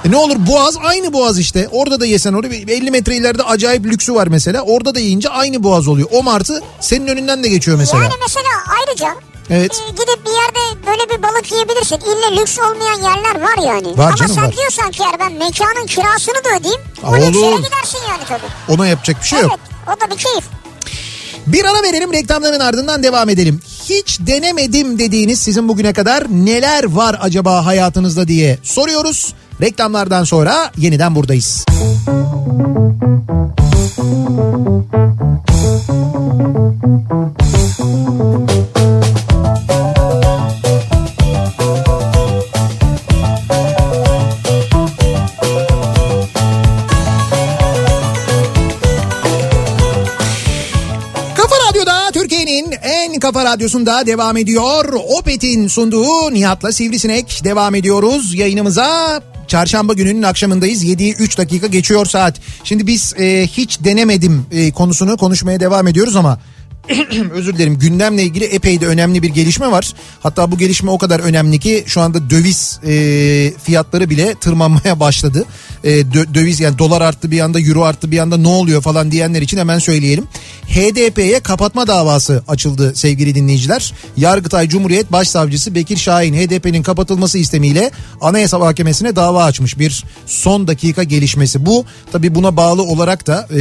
A: E ne olur boğaz aynı boğaz işte. Orada da yesen orada 50 metre ileride acayip lüksü var mesela. Orada da yiyince aynı boğaz oluyor. O martı senin önünden de geçiyor mesela.
B: Yani mesela ayrıca
A: Evet.
B: e, gidip bir yerde böyle bir balık yiyebilirsin. İlle lüks olmayan yerler var yani.
A: Var
B: Ama
A: canım,
B: sen
A: var.
B: diyorsan ki eğer ben mekanın kirasını da ödeyeyim.
A: Aa,
B: o lüks yere
A: olur.
B: gidersin yani tabii.
A: Ona yapacak bir şey yok.
B: Evet o da bir keyif.
A: Bir ara verelim reklamların ardından devam edelim. Hiç denemedim dediğiniz sizin bugüne kadar neler var acaba hayatınızda diye soruyoruz. Reklamlardan sonra yeniden buradayız. Kafa Radyo'da Türkiye'nin en kafa radyosunda devam ediyor. Opet'in sunduğu Nihat'la Sivrisinek devam ediyoruz yayınımıza. Çarşamba gününün akşamındayız. 7'yi 3 dakika geçiyor saat. Şimdi biz e, hiç denemedim e, konusunu konuşmaya devam ediyoruz ama özür dilerim gündemle ilgili epey de önemli bir gelişme var. Hatta bu gelişme o kadar önemli ki şu anda döviz e, fiyatları bile tırmanmaya başladı. E, dö- döviz yani dolar arttı bir anda euro arttı bir anda ne oluyor falan diyenler için hemen söyleyelim. HDP'ye kapatma davası açıldı sevgili dinleyiciler. Yargıtay Cumhuriyet Başsavcısı Bekir Şahin HDP'nin kapatılması istemiyle Anayasa Mahkemesi'ne dava açmış bir son dakika gelişmesi. Bu tabi buna bağlı olarak da e,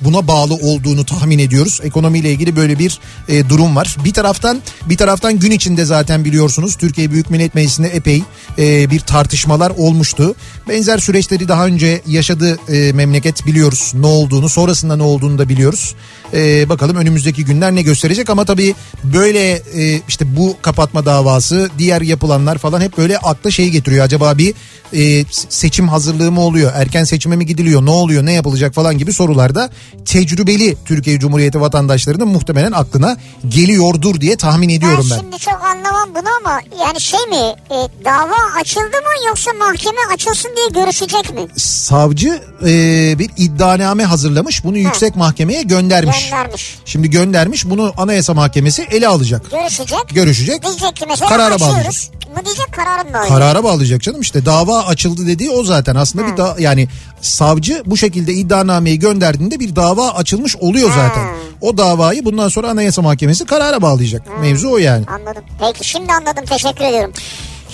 A: buna bağlı olduğunu tahmin ediyoruz. Ekonomiyle ilgili böyle bir e, durum var. Bir taraftan bir taraftan gün içinde zaten biliyorsunuz Türkiye Büyük Millet Meclisi'nde epey e, bir tartışmalar olmuştu. Benzer süreçleri daha önce yaşadı e, memleket biliyoruz ne olduğunu sonrasında ne olduğunu da biliyoruz. E, bakalım önümüzdeki günler ne gösterecek ama tabii böyle e, işte bu kapatma davası diğer yapılanlar falan hep böyle akla şey getiriyor. Acaba bir e, seçim hazırlığı mı oluyor erken seçime mi gidiliyor ne oluyor ne yapılacak falan gibi sorularda tecrübeli Türkiye Cumhuriyeti vatandaşlarının muhtemelen aklına geliyordur diye tahmin ediyorum
B: ben
A: ben.
B: şimdi çok anlamam bunu ama yani şey mi e, dava açıldı mı yoksa mahkeme açılsın diye görüşecek mi?
A: savcı e, bir iddianame hazırlamış. Bunu yüksek mahkemeye göndermiş.
B: Göndermiş.
A: Şimdi göndermiş. Bunu Anayasa Mahkemesi ele alacak.
B: Görüşecek.
A: Görüşecek.
B: Diyecek ki mesela
A: Karara
B: açıyoruz. Bu diyecek kararın mı öyle?
A: Karara bağlayacak canım işte dava açıldı dediği o zaten aslında bir da yani savcı bu şekilde iddianameyi gönderdiğinde bir dava açılmış oluyor zaten. O davayı bundan sonra Anayasa Mahkemesi karara bağlayacak. Mevzu o yani.
B: Anladım. Peki şimdi anladım. Teşekkür ediyorum.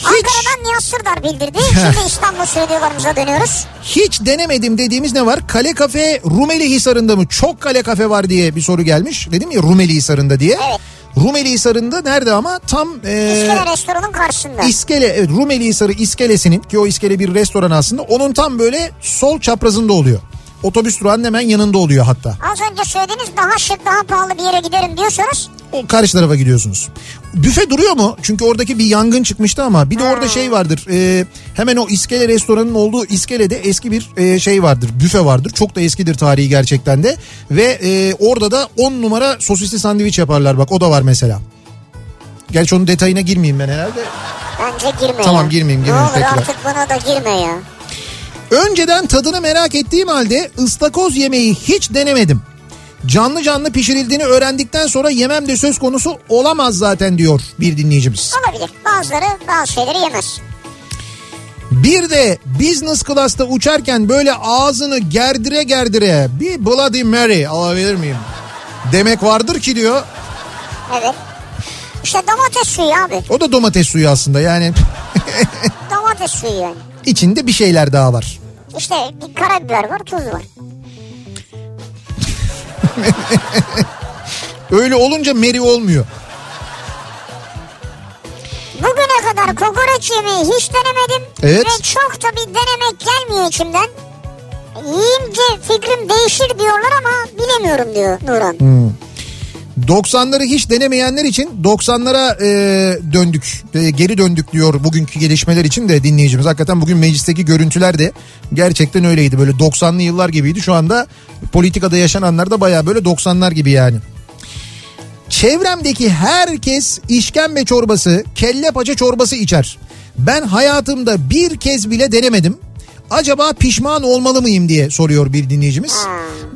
B: Ankara'dan Nihat Sırdar bildirdi. Şimdi İstanbul stüdyolarımıza dönüyoruz.
A: Hiç denemedim dediğimiz ne var? Kale Kafe Rumeli Hisarı'nda mı? Çok Kale Kafe var diye bir soru gelmiş. Dedim ya Rumeli Hisarı'nda diye.
B: Evet.
A: Rumeli Hisarı'nda nerede ama tam... e,
B: İskele restoranın karşısında.
A: İskele evet Rumeli Hisarı iskelesinin ki o iskele bir restoran aslında onun tam böyle sol çaprazında oluyor. Otobüs durağının hemen yanında oluyor hatta.
B: Az önce söylediğiniz daha şık daha pahalı bir yere giderim diyorsanız
A: O karşı tarafa gidiyorsunuz. Büfe duruyor mu? Çünkü oradaki bir yangın çıkmıştı ama bir de orada şey vardır. e, hemen o iskele restoranın olduğu iskelede eski bir e, şey vardır. Büfe vardır. Çok da eskidir tarihi gerçekten de. Ve e, orada da 10 numara sosisli sandviç yaparlar bak o da var mesela. Gerçi onun detayına girmeyeyim ben herhalde.
B: bence girme
A: Tamam,
B: ya.
A: girmeyeyim, girmeyeyim,
B: Ne olur
A: peki.
B: artık buna da girme ya.
A: Önceden tadını merak ettiğim halde ıstakoz yemeği hiç denemedim. Canlı canlı pişirildiğini öğrendikten sonra yemem de söz konusu olamaz zaten diyor bir dinleyicimiz.
B: Olabilir. Bazıları bazı şeyleri yemez.
A: Bir de business class'ta uçarken böyle ağzını gerdire gerdire bir Bloody Mary alabilir miyim? Demek vardır ki diyor.
B: Evet. İşte domates suyu abi.
A: O da domates suyu aslında yani
B: Domates suyu yani.
A: içinde bir şeyler daha var.
B: İşte bir karabiber var, tuz var.
A: Öyle olunca Mary olmuyor.
B: Bugüne kadar kokoreç yemeği hiç denemedim.
A: Evet.
B: Ve çok da bir denemek gelmiyor içimden. Yiyince fikrim değişir diyorlar ama bilemiyorum diyor Nuran.
A: Hmm. 90'ları hiç denemeyenler için 90'lara e, döndük, e, geri döndük diyor bugünkü gelişmeler için de dinleyicimiz. Hakikaten bugün meclisteki görüntüler de gerçekten öyleydi. Böyle 90'lı yıllar gibiydi. Şu anda politikada yaşananlar da baya böyle 90'lar gibi yani. Çevremdeki herkes işkembe çorbası, kelle paça çorbası içer. Ben hayatımda bir kez bile denemedim. Acaba pişman olmalı mıyım diye soruyor bir dinleyicimiz.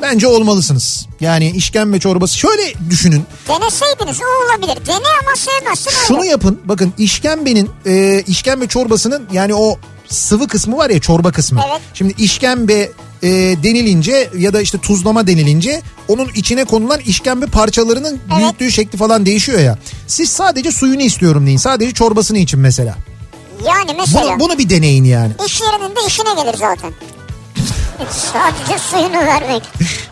A: Bence olmalısınız. Yani işkembe çorbası şöyle düşünün.
B: Deneseydiniz o olabilir. Dene ama sevmezsin öyle.
A: Şunu yapın bakın işkembenin e, işkembe çorbasının yani o sıvı kısmı var ya çorba kısmı.
B: Evet.
A: Şimdi işkembe e, denilince ya da işte tuzlama denilince onun içine konulan işkembe parçalarının
B: Evet.
A: büyüttüğü şekli falan değişiyor ya. Siz sadece suyunu istiyorum deyin sadece çorbasını için mesela.
B: Yani mesela
A: Bunu, bunu bir deneyin yani.
B: iş yerinin de işine gelir zaten. Sadece suyunu vermek.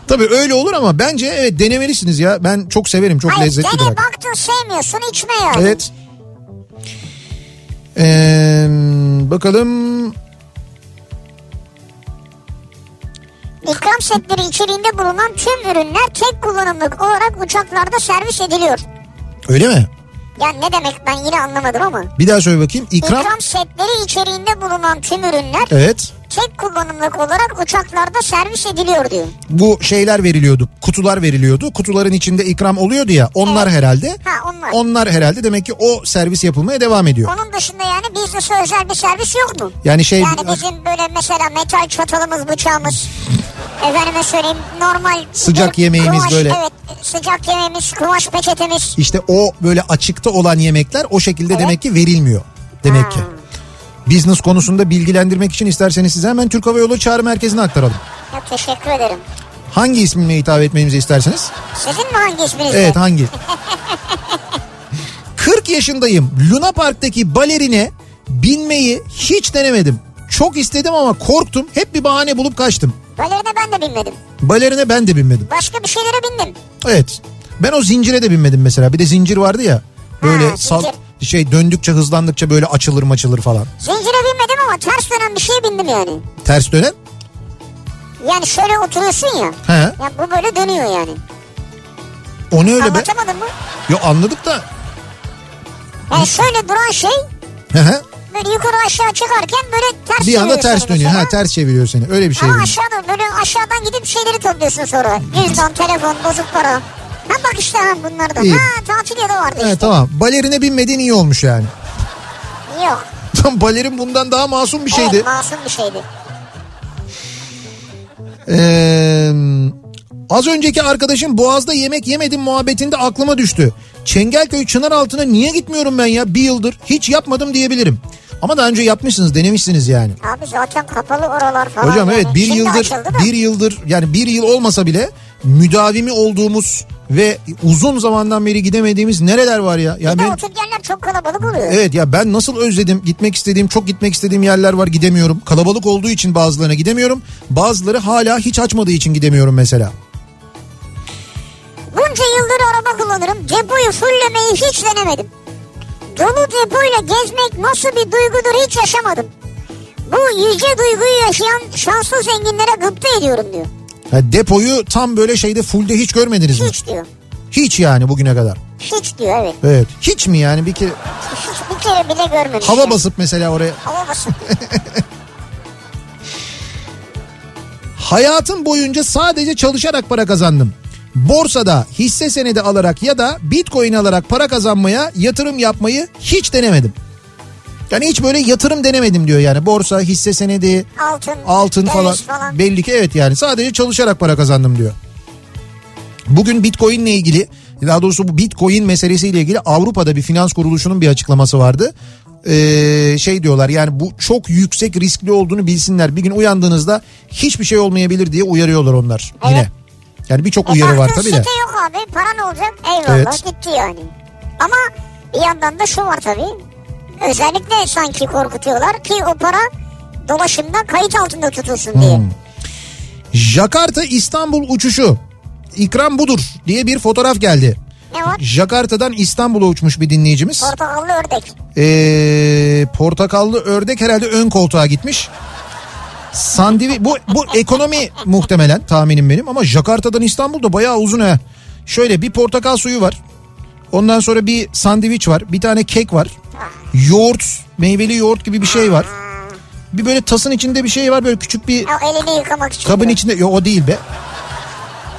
A: Tabii öyle olur ama bence evet denemelisiniz ya. Ben çok severim çok
B: Hayır
A: lezzetli.
B: dene
A: olarak.
B: baktın sevmiyorsun içme yani.
A: Evet. Ee, bakalım
B: İkram setleri içeriğinde bulunan tüm ürünler tek kullanımlık olarak uçaklarda servis ediliyor.
A: öyle mi?
B: Yani ne demek ben yine anlamadım ama.
A: Bir daha söyle bakayım. İkram.
B: İkram, setleri içeriğinde bulunan tüm ürünler
A: Evet.
B: tek kullanımlık olarak uçaklarda servis ediliyor diyor.
A: Bu şeyler veriliyordu. Kutular veriliyordu. Kutuların içinde ikram oluyordu ya. Onlar
B: Evet.
A: herhalde.
B: Ha, onlar.
A: herhalde demek ki o servis yapılmaya devam ediyor.
B: Onun dışında yani business'a özel bir servis yok mu?
A: Yani şey
B: Yani bizim böyle mesela metal çatalımız, bıçağımız, efendime söyleyeyim normal...
A: Sıcak
B: bir
A: yemeğimiz
B: kumaş,
A: böyle.
B: Evet, sıcak yemeğimiz, kumaş peçetemiz.
A: işte o böyle açıkta olan yemekler o şekilde
B: Evet.
A: demek ki verilmiyor. Demek ki. Business konusunda bilgilendirmek için isterseniz size hemen Türk Hava Yolu Çağrı Merkezi'ne aktaralım.
B: Ya, teşekkür ederim.
A: Hangi isminle hitap etmemizi isterseniz?
B: Sizin mi hangi isminiz?
A: Evet hangi? 40 yaşındayım. Luna Park'taki balerine binmeyi hiç denemedim. Çok istedim ama korktum. Hep bir bahane bulup kaçtım.
B: Balerine ben de binmedim.
A: Balerine ben de binmedim.
B: Başka bir şeylere bindim.
A: Evet. Ben o zincire de binmedim mesela. Bir de zincir vardı ya. Böyle
B: Ha,
A: sal-
B: zincir.
A: şey döndükçe hızlandıkça böyle açılır maçılır falan.
B: Zincire binmedim ama ters dönen bir şeye bindim yani.
A: Ters dönen.
B: Yani şöyle oturuyorsun ya.
A: He.
B: Ya bu böyle dönüyor yani.
A: O ne öyle be?
B: Anlatamadın mı?
A: Yo anladık da.
B: Yani şöyle duran şey
A: Hı hı.
B: böyle yukarı aşağı çıkarken böyle ters
A: bir anda
B: dönüyor
A: ters
B: sonra
A: dönüyor.
B: mesela.
A: Ha ters çeviriyor seni. Öyle bir şey.
B: Ama
A: bildim.
B: aşağıdan böyle aşağıdan gidip şeyleri topluyorsun sonra. Cüzdan, telefon, bozuk para. Ha bak işte ha bunlardan.
A: İyi.
B: Ha tatil ya da vardı
A: Evet,
B: işte.
A: tamam. Balerine binmediğin iyi olmuş yani.
B: Yok.
A: Tam balerin bundan daha masum bir şeydi.
B: Evet masum bir şeydi.
A: Ee, az önceki arkadaşım Boğaz'da yemek yemedim muhabbetinde aklıma düştü. Çengelköy çınar altına niye gitmiyorum ben ya bir yıldır hiç yapmadım diyebilirim. Ama daha önce yapmışsınız denemişsiniz yani.
B: Abi zaten kapalı oralar falan.
A: Hocam
B: yani.
A: evet bir
B: Şimdi
A: yıldır
B: açıldı da.
A: bir yıldır yani bir yıl olmasa bile müdavimi olduğumuz ve uzun zamandan beri gidemediğimiz nereler var ya? Ya
B: Bir de
A: ben,
B: otur yerler çok kalabalık oluyor.
A: evet ya ben nasıl özledim gitmek istediğim çok gitmek istediğim yerler var gidemiyorum. Kalabalık olduğu için bazılarına gidemiyorum. Bazıları hala hiç açmadığı için gidemiyorum mesela.
B: Bunca yıldır araba kullanırım. Depoyu fullemeyi hiç denemedim. Dolu depoyla gezmek nasıl bir duygudur hiç yaşamadım. Bu yüce duyguyu yaşayan şanslı zenginlere gıpta ediyorum diyor.
A: Ha, depoyu tam böyle şeyde fullde hiç görmediniz mi?
B: Hiç diyor.
A: Hiç yani bugüne kadar.
B: Hiç diyor evet.
A: Evet. Hiç mi yani bir kere
B: Hiç bir kere bile görmemiş.
A: hava
B: yani.
A: basıp mesela oraya.
B: Hava basın.
A: Hayatım boyunca sadece çalışarak para kazandım. Borsada hisse senedi alarak ya da bitcoin alarak para kazanmaya yatırım yapmayı hiç denemedim. Yani hiç böyle yatırım denemedim diyor yani. Borsa, hisse senedi,
B: Altın.
A: altın
B: döviz
A: falan.
B: falan.
A: Belli ki evet yani sadece çalışarak para kazandım diyor. Bugün Bitcoin'le ilgili daha doğrusu bu Bitcoin meselesiyle ilgili Avrupa'da bir finans kuruluşunun bir açıklaması vardı. Ee, şey diyorlar yani bu çok yüksek riskli olduğunu bilsinler. Bir gün uyandığınızda hiçbir şey olmayabilir diye uyarıyorlar onlar yine.
B: Evet.
A: Yani birçok
B: E,
A: uyarı var
B: baktın
A: tabii de.
B: site yok abi. Para ne olacak? Eyvallah
A: Evet.
B: gitti yani. Ama bir yandan da şu var tabii. Özellikle sanki korkutuyorlar ki o para dolaşımda kayıt altında tutulsun diye.
A: Hmm. Jakarta İstanbul uçuşu ikram budur diye bir fotoğraf geldi.
B: Ne var?
A: Jakarta'dan İstanbul'a uçmuş bir dinleyicimiz.
B: Portakallı ördek.
A: Ee, portakallı ördek herhalde ön koltuğa gitmiş. Sandivi bu bu ekonomi muhtemelen tahminim benim ama Jakarta'dan İstanbul'da bayağı uzun ha. Şöyle bir portakal suyu var. Ondan sonra bir sandviç var. Bir tane kek var. Yoğurt, meyveli yoğurt gibi bir şey var. Bir böyle tasın içinde bir şey var böyle küçük bir
B: Ya elini yıkamak için.
A: kabın
B: diyor.
A: içinde. Yo, o değil be.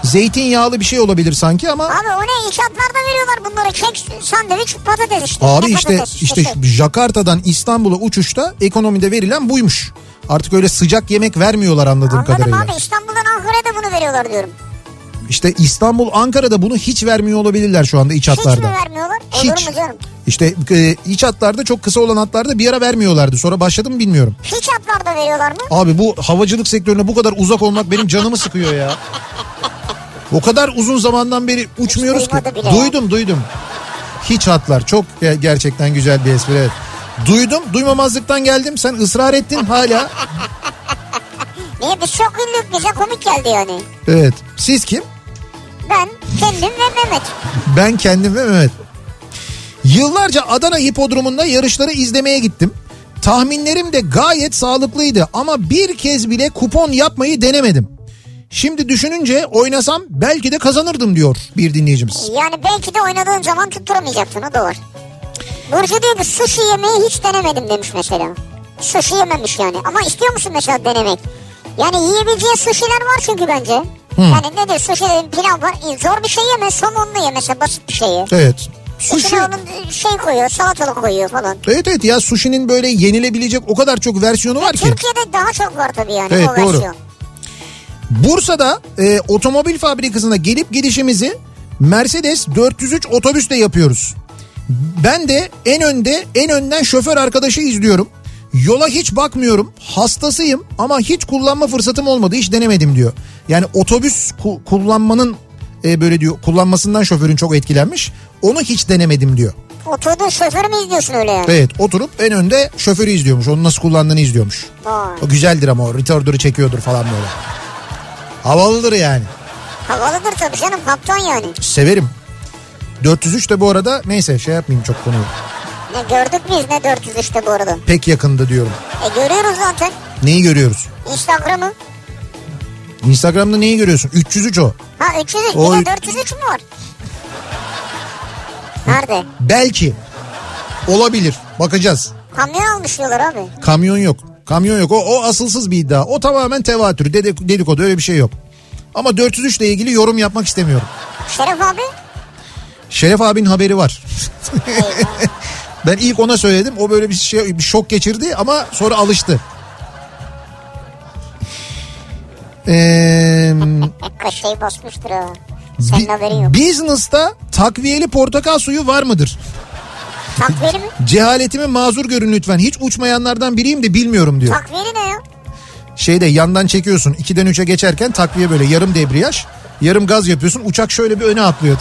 A: Zeytinyağlı bir şey olabilir sanki ama...
B: Abi o ne inşaatlarda veriyorlar bunları. Kek, sandviç, patates işte.
A: Abi
B: Ne
A: işte
B: patates
A: işte
B: şey.
A: Jakarta'dan İstanbul'a uçuşta ekonomide verilen buymuş. Artık öyle sıcak yemek vermiyorlar anladığım
B: Anladım
A: kadarıyla.
B: abi İstanbul'dan Ankara'ya da bunu veriyorlar diyorum.
A: İşte İstanbul, Ankara'da bunu hiç vermiyor olabilirler şu anda iç
B: Hiç mi
A: hatlarda.
B: vermiyorlar?
A: Hiç.
B: Olur mu canım?
A: İşte e, iç hatlarda çok kısa olan hatlarda bir ara vermiyorlardı. Sonra başladı mı bilmiyorum.
B: Hiç atlarda veriyorlar mı?
A: Abi bu havacılık sektörüne bu kadar uzak olmak benim canımı sıkıyor ya. O kadar uzun zamandan beri uçmuyoruz ki.
B: duymadı bile.
A: Duydum duydum. Hiç hatlar çok ge- gerçekten güzel bir espri evet. Duydum duymamazlıktan geldim sen ısrar ettin hala.
B: Niye biz çok güldük bize komik geldi yani.
A: Evet siz kim?
B: Ben kendim ve Mehmet.
A: Ben kendim ve Mehmet. Yıllarca Adana Hipodromu'nda yarışları izlemeye gittim. Tahminlerim de gayet sağlıklıydı ama bir kez bile kupon yapmayı denemedim. Şimdi düşününce oynasam belki de kazanırdım diyor bir dinleyicimiz.
B: Yani belki de oynadığın zaman tutturamayacaktın o da var. Burcu diyor ki sushi yemeyi hiç denemedim demiş mesela. Sushi yememiş yani ama istiyor musun mesela denemek? Yani yiyebileceği sushiler var çünkü bence. Yani nedir sushi dedim pilav var. E, Zor bir şey yeme somonlu ye mesela basit bir şeyi.
A: Evet. Sushi.
B: Sushi. onun şey koyuyor salatalık koyuyor falan.
A: Evet evet ya sushi'nin böyle yenilebilecek o kadar çok versiyonu var ki.
B: Türkiye'de daha çok var tabii yani
A: Evet,
B: o
A: doğru.
B: versiyon.
A: Bursa'da e, otomobil fabrikasına gelip gidişimizi Mercedes 403 otobüsle yapıyoruz. Ben de en önde en önden şoför arkadaşı izliyorum. Yola hiç bakmıyorum. Hastasıyım ama hiç kullanma fırsatım olmadı. Hiç denemedim diyor. Yani otobüs ku- kullanmanın e, böyle diyor kullanmasından şoförün çok etkilenmiş. Onu hiç denemedim diyor.
B: Oturduğun şoförü mü izliyorsun öyle yani?
A: Evet oturup en önde şoförü izliyormuş. Onu nasıl kullandığını izliyormuş.
B: Vay.
A: O güzeldir ama o retardörü çekiyordur falan böyle. Havalıdır yani.
B: Havalıdır tabii canım kaptan yani.
A: Severim. 403 de bu arada neyse şey yapmayayım çok konuyu.
B: Ne gördük biz ne 400 işte bu arada.
A: Pek yakında diyorum.
B: E görüyoruz zaten
A: Neyi görüyoruz?
B: Instagram'ı.
A: Instagram'da neyi görüyorsun? 303 o.
B: Ha 300
A: Oy.
B: bir de 403 mü var? Nerede?
A: Belki. Olabilir. Bakacağız.
B: Kamyon almış diyorlar abi.
A: Kamyon yok. Kamyon yok. O, o asılsız bir iddia. O tamamen tevatür. Dede- dedikodu öyle bir şey yok. Ama 403 ile ilgili yorum yapmak istemiyorum.
B: Şeref abi
A: Şeref abinin haberi var. ben ilk ona söyledim. O böyle bir, şey, bir şok geçirdi ama sonra alıştı. Eee...
B: dakika şey basmıştır o.
A: Bi-
B: Senin haberin yok.
A: Business'ta takviyeli portakal suyu var mıdır?
B: Takviyeli mi?
A: Cehaletimi mazur görün lütfen. Hiç uçmayanlardan biriyim de bilmiyorum diyor.
B: Takviyeli ne ya?
A: Şeyde yandan çekiyorsun. 2'den 3'e geçerken takviye böyle yarım debriyaj. Yarım gaz yapıyorsun. Uçak şöyle bir öne atlıyor.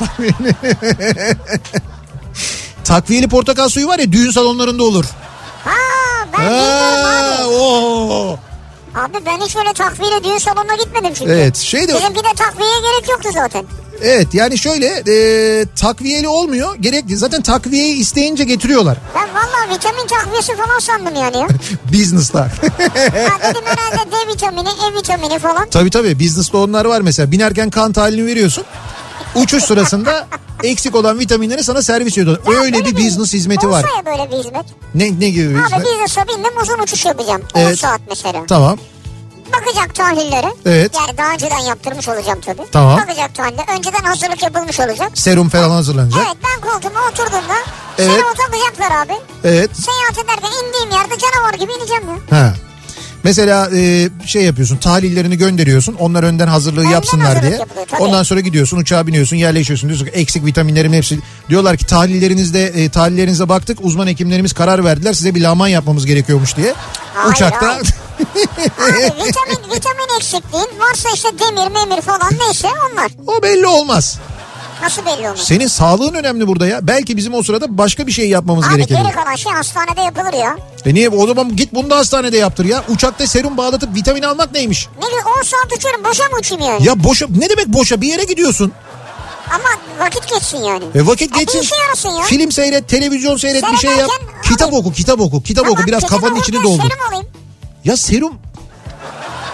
A: takviyeli portakal suyu var ya düğün salonlarında olur.
B: Ha ben
A: Ha, oh.
B: bilmiyorum abi.
A: oo.
B: Abi ben hiç öyle takviyeyle düğün salonuna gitmedim çünkü.
A: Evet şey de
B: Bizimki de takviyeye gerek yoktu zaten.
A: evet yani şöyle e, takviyeli olmuyor gerekli zaten takviyeyi isteyince getiriyorlar
B: Ben valla vitamin takviyesi falan sandım yani ya.
A: business'ta.
B: Ha dedim herhalde D vitamini, E vitamini falan.
A: Tabii tabii biznesde onlar var mesela. Binerken kan tahlilini veriyorsun. Uçuş sırasında eksik olan vitaminleri sana servis ediyorlar.
B: Ya
A: Öyle bir business hizmeti var.
B: Olsa ya böyle bir hizmet.
A: Ne ne gibi bir
B: Abi
A: hizmet?
B: business'a bindim uzun uçuş yapacağım. 10
A: Evet.
B: saat mesela.
A: Tamam.
B: Bakacak tahlillere.
A: Evet.
B: Yani daha önceden yaptırmış olacağım tabii.
A: Tamam.
B: Bakacak tahlille. Önceden hazırlık yapılmış olacak.
A: Serum falan hazırlanacak.
B: Evet ben koltuğuma oturduğumda
A: Evet.
B: evet. takacaklar abi.
A: Evet.
B: Seyahat ederken indiğim yerde canavar gibi ineceğim ya.
A: Ha. Mesela e, şey yapıyorsun tahlillerini gönderiyorsun onlar önden hazırlığı
B: Önden
A: yapsınlar
B: hazırlık
A: diye.
B: yapılıyor, tabii.
A: Ondan sonra gidiyorsun uçağa biniyorsun yerleşiyorsun diyorsun ki eksik vitaminlerin hepsi. Diyorlar ki tahlillerinizde e, tahlillerinize baktık uzman hekimlerimiz karar verdiler size bir laman yapmamız gerekiyormuş diye.
B: Hayır,
A: Uçakta
B: hayır. Abi vitamin, vitamin eksikliğin varsa işte demir memir falan neyse onlar.
A: o belli olmaz.
B: Nasıl belli olur?
A: Senin sağlığın önemli burada ya. Belki bizim o sırada başka bir şey yapmamız
B: Abi
A: gerekir.
B: geri kalan şey hastanede yapılır ya.
A: E niye o zaman git bunu da hastanede yaptır ya. Uçakta serum bağlatıp vitamin almak neymiş?
B: Ne bileyim 10 saat uçuyorum boşa mı uçayım yani?
A: Ya boşa ne demek boşa bir yere gidiyorsun.
B: Ama vakit geçsin yani.
A: E vakit
B: Ya bir
A: geçsin.
B: işe yarasın ya.
A: Film seyret, televizyon seyret
B: Sen
A: bir şey yap.
B: hemen sen-
A: Kitap oku, kitap oku, kitap oku. Biraz
B: kötü
A: kafanın
B: olur,
A: içini
B: ben
A: doldur.
B: serum olayım.
A: Ya serum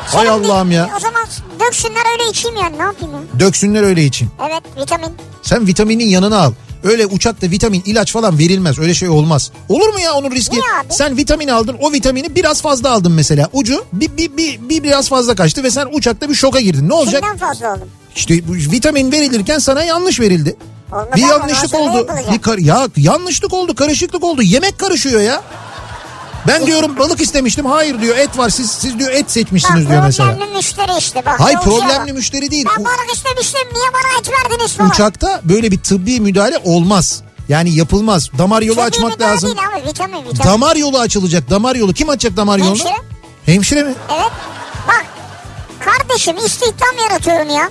A: Hay
B: Serum değil.
A: Allah'ım ya.
B: O zaman döksünler öyle içeyim yani ne yapayım ya.
A: döksünler öyle için.
B: Evet vitamin.
A: Sen vitaminin yanına al. Öyle uçakta vitamin, ilaç falan verilmez. Öyle şey olmaz. Olur mu ya onun riski?
B: Niye abi?
A: Sen vitamin aldın. O vitamini biraz fazla aldın mesela. Ucu bir, bir, bir, bir biraz fazla kaçtı ve sen uçakta bir şoka girdin. Ne olacak?
B: Kimden fazla oldum.
A: İşte bu vitamin verilirken sana yanlış verildi.
B: Olmaz
A: bir
B: ama
A: yanlışlık
B: lazım,
A: oldu.
B: yapılacak.
A: Bir kar ya yanlışlık oldu, karışıklık oldu. Yemek karışıyor ya. Ben diyorum balık istemiştim. Hayır diyor et var. Siz siz diyor et
B: Bak
A: seçmişsiniz diyor mesela.
B: problemli müşteri işte bak.
A: Hayır
B: yolcuya
A: problemli
B: bak.
A: müşteri değil.
B: Ben
A: U-
B: balık istemiştim şey, niye bana et verdiniz falan.
A: Uçakta böyle bir tıbbi müdahale olmaz. Yani yapılmaz. Damar yolu
B: Tıbbi
A: açmak
B: müdahale
A: lazım.
B: Değil ama vitamin vitamin.
A: Damar yolu açılacak. Damar yolu kim açacak damar yolunu?
B: Hemşire.
A: Hemşire mi?
B: Evet. Bak kardeşim istihdam yaratıyorum ya.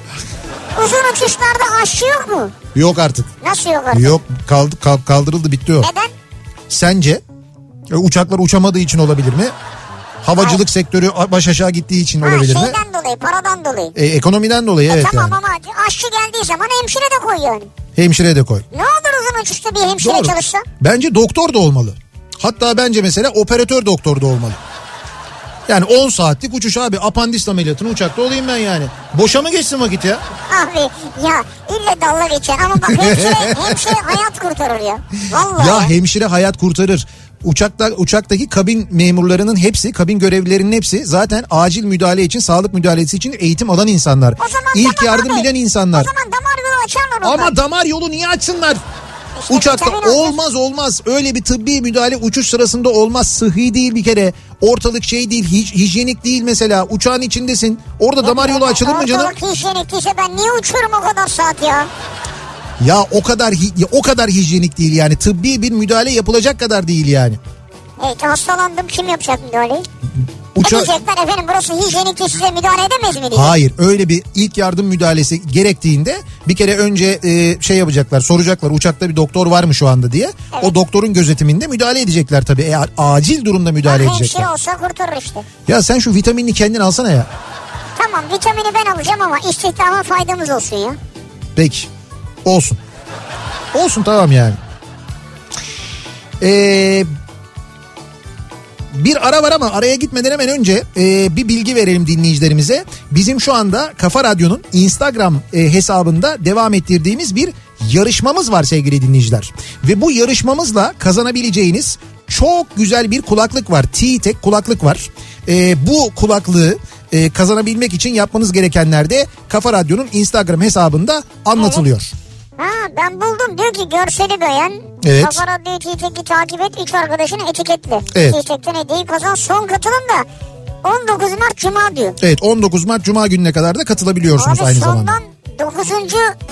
B: Uzun uçuşlarda aşçı yok mu?
A: Yok artık.
B: Nasıl yok artık?
A: Yok kaldı kal- kaldırıldı bitti o.
B: Neden?
A: Sence e, uçaklar uçamadığı için olabilir mi? Havacılık sektörü a- baş aşağı gittiği için
B: Ha,
A: olabilir mi?
B: şeyden dolayı paradan dolayı.
A: E, ekonomiden dolayı evet
B: tamam
A: yani.
B: ama aşçı geldiği zaman hemşire de koy yani.
A: Hemşire de koy.
B: Ne olur uzun uçuşta bir hemşire
A: Doğru.
B: çalışsa?
A: Bence doktor da olmalı. Hatta bence mesela operatör doktor da olmalı. Yani 10 saatlik uçuş abi. Apandist ameliyatını uçakta olayım ben yani. Boşa mı geçsin vakit ya?
B: Abi Ah ya illa dalga geçer ama bak hemşire, hemşire hayat kurtarır ya. Vallahi.
A: Ya hemşire hayat kurtarır. Uçakta uçaktaki kabin memurlarının hepsi, kabin görevlilerinin hepsi zaten acil müdahale için, sağlık müdahalesi için eğitim alan insanlar.
B: O zaman
A: İlk
B: tamam
A: yardım
B: abi.
A: bilen insanlar.
B: O zaman damar yolu açarlar onlar.
A: Ama damar yolu niye açsınlar?
B: İşte
A: Uçakta
B: vitamin olacak.
A: olmaz olmaz öyle bir tıbbi müdahale uçuş sırasında olmaz sıhhi değil bir kere ortalık şey değil hij- hijyenik değil mesela uçağın içindesin orada damar yolu açılır mı canım?
B: Ortalık hijyenik değilse ben niye uçuyorum o kadar saat ya?
A: Ya o kadar hi- ya o kadar hijyenik değil yani tıbbi bir müdahale yapılacak kadar değil yani.
B: Evet hastalandım kim yapacak müdahaleyi? Ne
A: Uça
B: diyecekler efendim burası hijyenik değil size müdahale edemez mi diyecek?
A: Hayır öyle bir ilk yardım müdahalesi gerektiğinde bir kere önce e, şey yapacaklar soracaklar uçakta bir doktor var mı şu anda diye. O doktorun gözetiminde müdahale edecekler tabii eğer acil durumda müdahale
B: Bak,
A: edecekler.
B: hemşire olsa kurtarır işte.
A: Ya sen şu vitaminini kendin alsana ya.
B: Tamam vitamini ben alacağım ama istihdama faydamız olsun ya.
A: Peki. Olsun. Olsun tamam yani. Ee, bir ara var ama araya gitmeden hemen önce e, bir bilgi verelim dinleyicilerimize. Bizim şu anda Kafa Radyo'nun Instagram e, hesabında devam ettirdiğimiz bir yarışmamız var sevgili dinleyiciler. Ve bu yarışmamızla kazanabileceğiniz çok güzel bir kulaklık var. T-Tek kulaklık var. E, bu kulaklığı e, kazanabilmek için yapmanız gerekenler de Kafa Radyo'nun Instagram hesabında anlatılıyor.
B: Ha ben buldum diyor ki görseli beğen.
A: Evet.
B: Kafa Radyo'yu T-Tek'i takip et. Üç arkadaşını etiketle.
A: Evet.
B: T-Tek'ten hediyeyi kazan son katılım da 19 Mart Cuma diyor.
A: Evet 19 Mart Cuma gününe kadar da
B: Abi
A: katılabiliyorsunuz aynı zamanda.
B: sondan 9.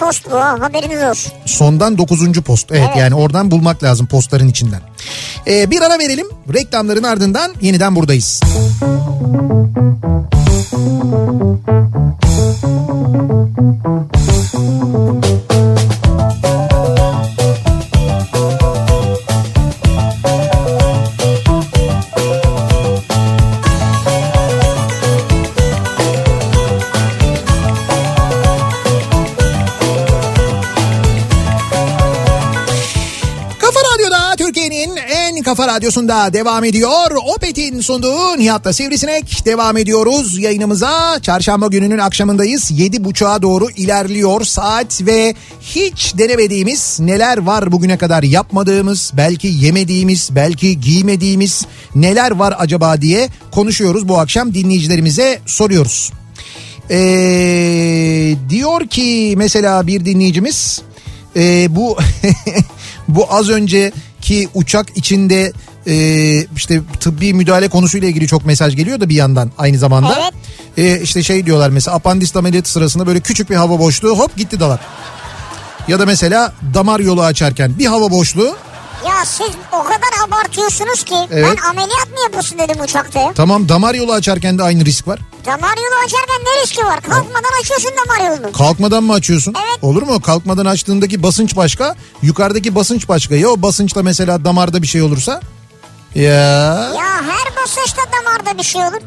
B: post bu ha, haberiniz olsun.
A: Sondan 9. post. Evet, yani oradan bulmak lazım postların içinden. Ee, bir ara verelim. Reklamların ardından yeniden buradayız. Kafa Radyo'da Türkiye'nin en kafa radyosunda devam ediyor. Opet'in sunduğu Nihat'la Sivrisinek devam ediyoruz yayınımıza. Çarşamba gününün akşamındayız. 7.30'a doğru ilerliyor saat ve hiç denemediğimiz neler var bugüne kadar yapmadığımız, belki yemediğimiz, belki giymediğimiz neler var acaba diye konuşuyoruz bu akşam dinleyicilerimize soruyoruz. Ee, diyor ki mesela bir dinleyicimiz e, bu bu az önceki uçak içinde e, işte tıbbi müdahale konusuyla ilgili çok mesaj geliyor da bir yandan aynı zamanda.
B: Evet.
A: E, işte şey diyorlar mesela apandist ameliyatı sırasında böyle küçük bir hava boşluğu hop gitti dalak. Ya da mesela damar yolu açarken bir hava boşluğu
B: Ya siz o kadar abartıyorsunuz ki
A: Evet.
B: ben ameliyat mı yapılsın dedim uçakta ya.
A: tamam damar yolu açarken de aynı risk var.
B: Damar yolu açarken ne riski var? Kalkmadan açıyorsun damar yolunu.
A: Kalkmadan mı açıyorsun?
B: Evet.
A: Olur mu? Kalkmadan açtığındaki basınç başka, yukarıdaki basınç başka. Ya o basınçla mesela damarda bir şey olursa? Ya
B: Ya her basınçta damarda bir şey olur.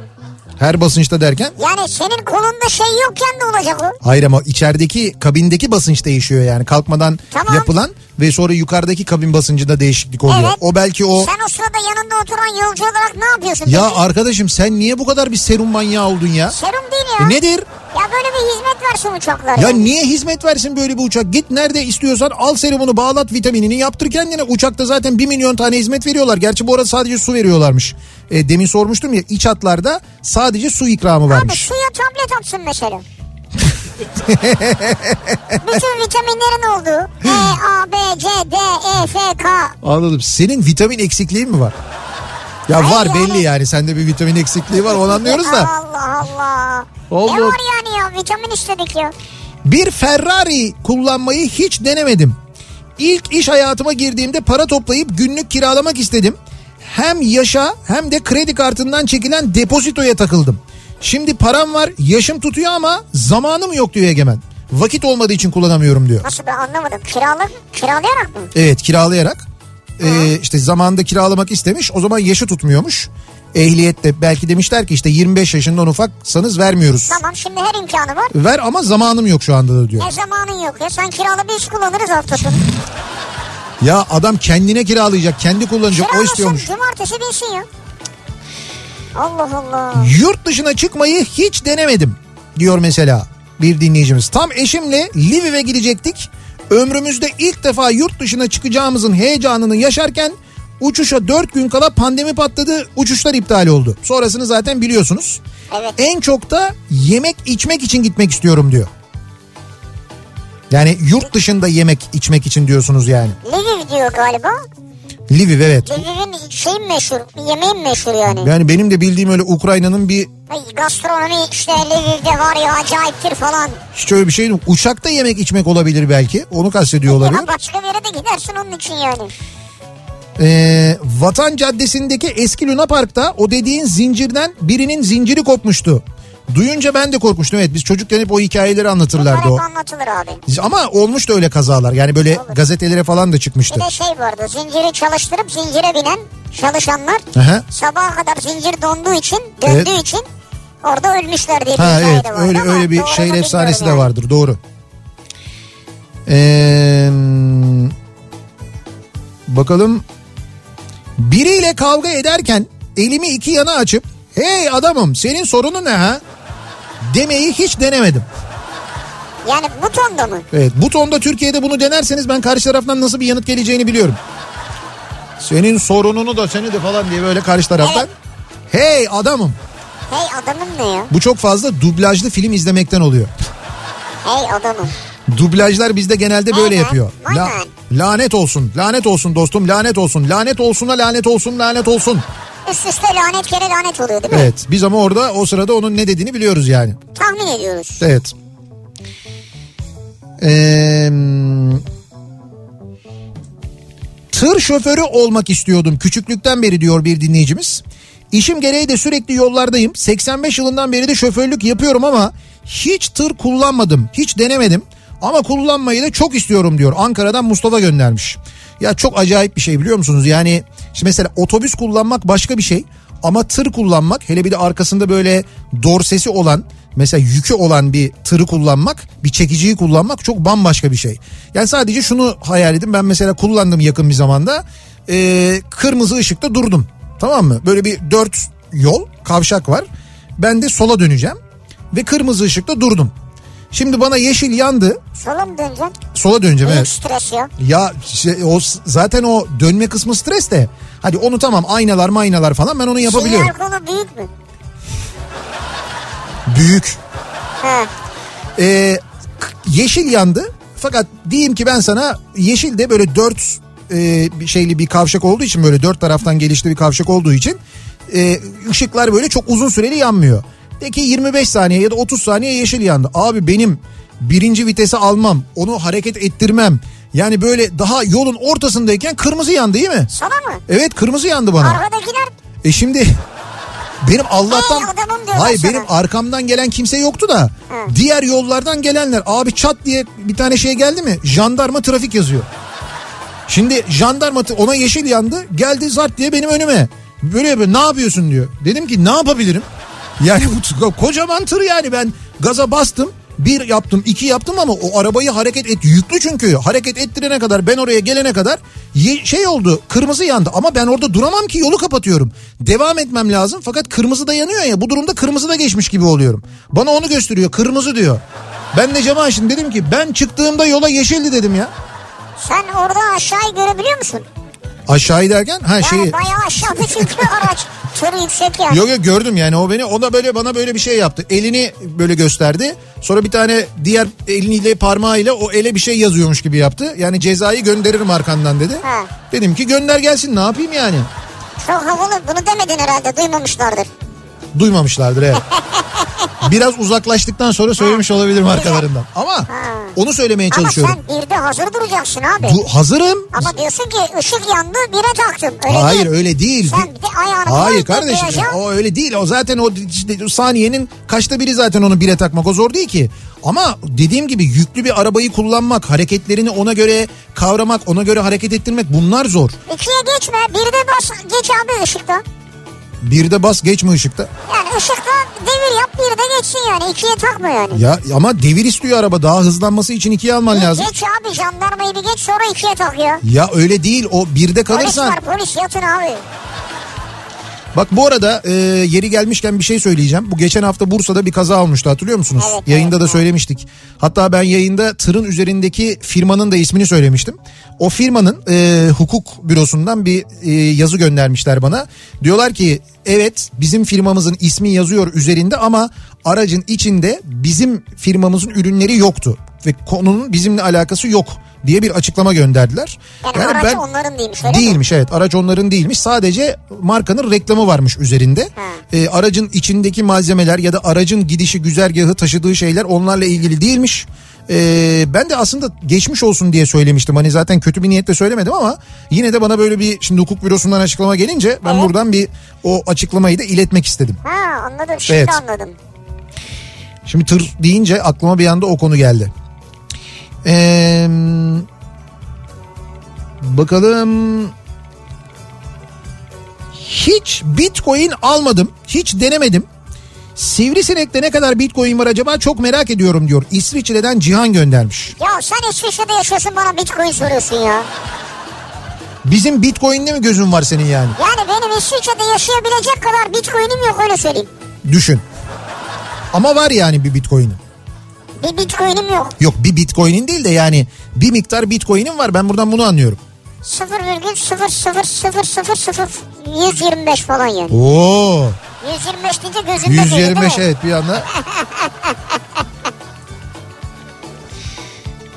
A: her basınçta derken?
B: Yani senin kolunda şey yokken de olacak o.
A: Hayır ama içerideki kabindeki basınç değişiyor yani kalkmadan
B: Tamam.
A: yapılan ve sonra yukarıdaki kabin basıncında değişiklik oluyor.
B: Evet.
A: O belki o
B: Sen o sırada yanında oturan yolcu olarak ne yapıyorsun?
A: ya
B: peki?
A: arkadaşım sen niye bu kadar bir serum manyağı oldun ya?
B: Serum değil ya.
A: E nedir?
B: Ya böyle bir hizmet versin uçaklara.
A: Ya niye hizmet versin böyle bir uçak? Git nerede istiyorsan al serumunu bağlat vitaminini yaptır kendine. Uçakta zaten 1 milyon tane hizmet veriyorlar. Gerçi bu arada sadece su veriyorlarmış. E, demin sormuştum ya iç hatlarda sadece su ikramı
B: Abi
A: varmış.
B: suya tablet atsın mesela. Bütün vitaminlerin olduğu E, A, B, C, D, E, F, K.
A: Anladım. Senin vitamin eksikliği mi var? Ya
B: Hayır
A: var
B: yani-
A: belli yani sende bir vitamin eksikliği var onu anlıyoruz da.
B: Allah Allah. Ne
A: Oldu.
B: var yani ya vitamin istedik ya.
A: Bir Ferrari kullanmayı hiç denemedim. İlk iş hayatıma girdiğimde para toplayıp günlük kiralamak istedim. Hem yaşa hem de kredi kartından çekilen depozitoya takıldım. Şimdi param var, yaşım tutuyor ama zamanım yok diyor Egemen. Vakit olmadığı için kullanamıyorum diyor.
B: Nasıl ben anlamadım. Kiralık, kiralayarak mı?
A: Evet kiralayarak. Ee, işte zamanında kiralamak istemiş. O zaman yaşı tutmuyormuş. Ehliyet de belki demişler ki işte 25 yaşından ufaksanız vermiyoruz.
B: Tamam şimdi her imkanı var.
A: Ver ama zamanım yok şu anda da diyor.
B: E zamanın yok ya. Sen kiralı bir iş kullanırız hafta sonu.
A: Ya adam kendine kiralayacak, kendi kullanacak o istiyormuş.
B: cumartesi binsin ya. Allah Allah.
A: Yurt dışına çıkmayı hiç denemedim diyor mesela bir dinleyicimiz. Tam eşimle Lviv'e gidecektik. Ömrümüzde ilk defa yurt dışına çıkacağımızın heyecanını yaşarken uçuşa 4 gün kala pandemi patladı. Uçuşlar iptal oldu. Sonrasını zaten biliyorsunuz.
B: Evet.
A: En çok da yemek içmek için gitmek istiyorum diyor. Yani yurt dışında yemek içmek için diyorsunuz yani.
B: Lviv diyor galiba.
A: Lviv evet.
B: Lviv'in şeyin meşhur, yemeğin meşhur yani.
A: Yani benim de bildiğim öyle Ukrayna'nın bir
B: Ay, gastronomi işte Lviv'de var ya acayiptir falan.
A: Hiç öyle bir şey yok. Uçakta yemek içmek olabilir belki. Onu kastediyor olabilir.
B: Ama başka bir yere de gidersin onun için yani.
A: Ee, Vatan Caddesi'ndeki eski Luna Park'ta o dediğin zincirden birinin zinciri kopmuştu. Duyunca ben de korkmuştum. Evet biz çocukken hep o hikayeleri
B: Bunlar
A: anlatırlardı
B: hep
A: o.
B: anlatılır abi.
A: Ama olmuştu öyle kazalar. Yani böyle
B: Olur.
A: gazetelere falan da çıkmıştı.
B: Bir de şey vardı zinciri çalıştırıp zincire binen çalışanlar
A: Aha.
B: sabaha kadar zincir donduğu için döndüğü
A: Evet.
B: için orada ölmüşler diye bir
A: Ha
B: hikaye
A: evet
B: de vardı
A: öyle
B: ama
A: öyle bir
B: doğru mu
A: şehir
B: bilmiyorum
A: efsanesi de
B: yani.
A: vardır doğru. Ee, bakalım biriyle kavga ederken elimi iki yana açıp hey adamım senin sorunu ne ha demeyi hiç denemedim.
B: Yani bu tonda mı?
A: Evet bu tonda Türkiye'de bunu denerseniz ben karşı taraftan nasıl bir yanıt geleceğini biliyorum. Senin sorununu da seni de falan diye böyle karşı taraftan hey adamım
B: Hey adamım ne ya?
A: bu çok fazla dublajlı film izlemekten oluyor.
B: Hey adamım.
A: Dublajlar bizde genelde böyle
B: Aynen,
A: yapıyor.
B: aynen.
A: lanet olsun, lanet olsun dostum, lanet olsun, lanet olsuna lanet olsun, lanet olsun.
B: Üst üste lanet kere lanet oluyor değil mi?
A: Evet, biz ama orada o sırada onun ne dediğini biliyoruz yani.
B: Tahmin ediyoruz.
A: Evet. Ee, tır şoförü olmak istiyordum küçüklükten beri diyor bir dinleyicimiz. İşim gereği de sürekli yollardayım. 85 yılından beri de şoförlük yapıyorum ama hiç tır kullanmadım. Hiç denemedim. Ama kullanmayı da çok istiyorum diyor. Ankara'dan Mustafa göndermiş. Ya çok acayip bir şey biliyor musunuz? Yani işte mesela otobüs kullanmak başka bir şey. Ama tır kullanmak hele bir de arkasında böyle dorsesi olan mesela yükü olan bir tırı kullanmak bir çekiciyi kullanmak çok bambaşka bir şey. Yani sadece şunu hayal edin ben mesela kullandım yakın bir zamanda Ee, kırmızı ışıkta durdum tamam mı böyle bir dört yol kavşak var ben de sola döneceğim ve kırmızı ışıkta durdum. Şimdi bana yeşil yandı
B: Sola mı döneceksin?
A: sola döneceğim
B: Büyük
A: evet.
B: stres ya.
A: Ya şey, o zaten o dönme kısmı stres de. Hadi onu tamam aynalar maynalar falan ben onu yapabiliyorum.
B: Sinyal kolu büyük mü?
A: Büyük.
B: He.
A: Ee, k- yeşil yandı. Fakat diyeyim ki ben sana yeşil de böyle dört e, bir şeyli bir kavşak olduğu için böyle dört taraftan gelişli bir kavşak olduğu için e, ışıklar böyle çok uzun süreli yanmıyor. De ki 25 saniye ya da 30 saniye yeşil yandı. Abi benim birinci vitesi almam onu hareket ettirmem yani böyle daha yolun ortasındayken kırmızı yandı değil mi?
B: Sola mı?
A: Evet kırmızı yandı bana.
B: Arkadakiler
A: E şimdi benim Allah'tan
B: Hey adamım diyorlar
A: hayır
B: sana.
A: benim arkamdan gelen kimse yoktu da diğer yollardan gelenler abi çat diye bir tane şey geldi mi jandarma trafik yazıyor. Şimdi jandarma t- ona yeşil yandı geldi zart diye benim önüme böyle yapıyor ne yapıyorsun diyor. Dedim ki ne yapabilirim? Yani bu t- kocaman tır yani ben gaza bastım bir yaptım iki yaptım ama o arabayı hareket et yüklü çünkü hareket ettirene kadar ben oraya gelene kadar ye- şey oldu kırmızı yandı ama ben orada duramam ki yolu kapatıyorum devam etmem lazım fakat kırmızı da yanıyor ya bu durumda kırmızı da geçmiş gibi oluyorum bana onu gösteriyor kırmızı diyor ben de cama açtım dedim ki ben çıktığımda yola yeşildi dedim ya
B: sen orada aşağıyı görebiliyor musun?
A: Aşağı derken ha
B: Yani
A: şeyi.
B: bayağı aşağıda çünkü araç tırı yüksek yani.
A: şey- Yok yok gördüm yani o beni o da böyle bana böyle bir şey yaptı. Elini böyle gösterdi. Sonra bir tane diğer eliyle parmağıyla o ele bir şey yazıyormuş gibi yaptı. Yani cezayı gönderirim arkandan dedi.
B: Ha.
A: Dedim ki gönder gelsin ne yapayım yani.
B: Çok havalı bunu demedin herhalde duymamışlardır.
A: Duymamışlardır evet. Biraz uzaklaştıktan sonra söylemiş olabilirim arkalarından. Ama onu söylemeye
B: Ama
A: çalışıyorum.
B: sen bir de hazır duracaksın abi.
A: Du- hazırım.
B: Ama diyorsun ki ışık yandı bire taktım. Öyle
A: Hayır
B: değil.
A: öyle değil.
B: Sen bir de ayağını
A: Hayır
B: koy,
A: kardeşim
B: debriyaja.
A: o öyle değil. O zaten o işte saniyenin kaçta biri zaten onu bire takmak o zor değil ki. Ama dediğim gibi yüklü bir arabayı kullanmak, hareketlerini ona göre kavramak, ona göre hareket ettirmek bunlar zor.
B: İkiye geçme bir de bas geç abi ışıkta.
A: Bir de bas geçme ışıkta.
B: Yani ışıkta devir yap bir de geçsin yani ikiye takma yani.
A: Ya ama devir istiyor araba daha hızlanması için ikiye alman
B: Bir
A: lazım.
B: Geç abi jandarmayı bir geç sonra ikiye tak ya.
A: Ya öyle değil o birde
B: Polis
A: kalırsan.
B: var polis yatın abi.
A: Bak bu arada e, yeri gelmişken bir şey söyleyeceğim. Bu geçen hafta Bursa'da bir kaza olmuştu hatırlıyor musunuz?
B: Evet,
A: yayında da söylemiştik. Hatta ben yayında tırın üzerindeki firmanın da ismini söylemiştim. O firmanın e, hukuk bürosundan bir e, yazı göndermişler bana. Diyorlar ki evet bizim firmamızın ismi yazıyor üzerinde ama aracın içinde bizim firmamızın ürünleri yoktu. Ve konunun bizimle alakası yok diye bir açıklama gönderdiler.
B: Yani araç onların değilmiş, öyle mi?
A: Değil değilmiş evet araç onların değilmiş sadece markanın reklamı varmış üzerinde. Ee, aracın içindeki malzemeler ya da aracın gidişi güzergahı taşıdığı şeyler onlarla ilgili değilmiş. Ee, ben de aslında geçmiş olsun diye söylemiştim hani zaten kötü bir niyetle söylemedim ama yine de bana böyle bir şimdi hukuk bürosundan açıklama gelince ben
B: Evet.
A: buradan bir o açıklamayı da iletmek istedim.
B: Ha anladım şimdi
A: Evet.
B: anladım.
A: Şimdi tır deyince aklıma bir anda o konu geldi. Ee, bakalım. Hiç bitcoin almadım. Hiç denemedim. Sivrisinek'te ne kadar bitcoin var acaba çok merak ediyorum diyor. İsviçre'den Cihan göndermiş.
B: Ya sen İsviçre'de yaşıyorsun bana bitcoin soruyorsun ya.
A: Bizim bitcoin'de mi gözün var senin yani?
B: Yani benim İsviçre'de yaşayabilecek kadar bitcoin'im yok öyle söyleyeyim.
A: Düşün. Ama var yani bir bitcoin'in.
B: Bir bitcoin'im yok.
A: Yok bir bitcoin'in değil de yani bir miktar bitcoin'in var. Ben buradan bunu anlıyorum.
B: 0,0000125 falan yani.
A: Oo.
B: 125 deyince gözümde değil, değil mi?
A: 125 evet bir anda.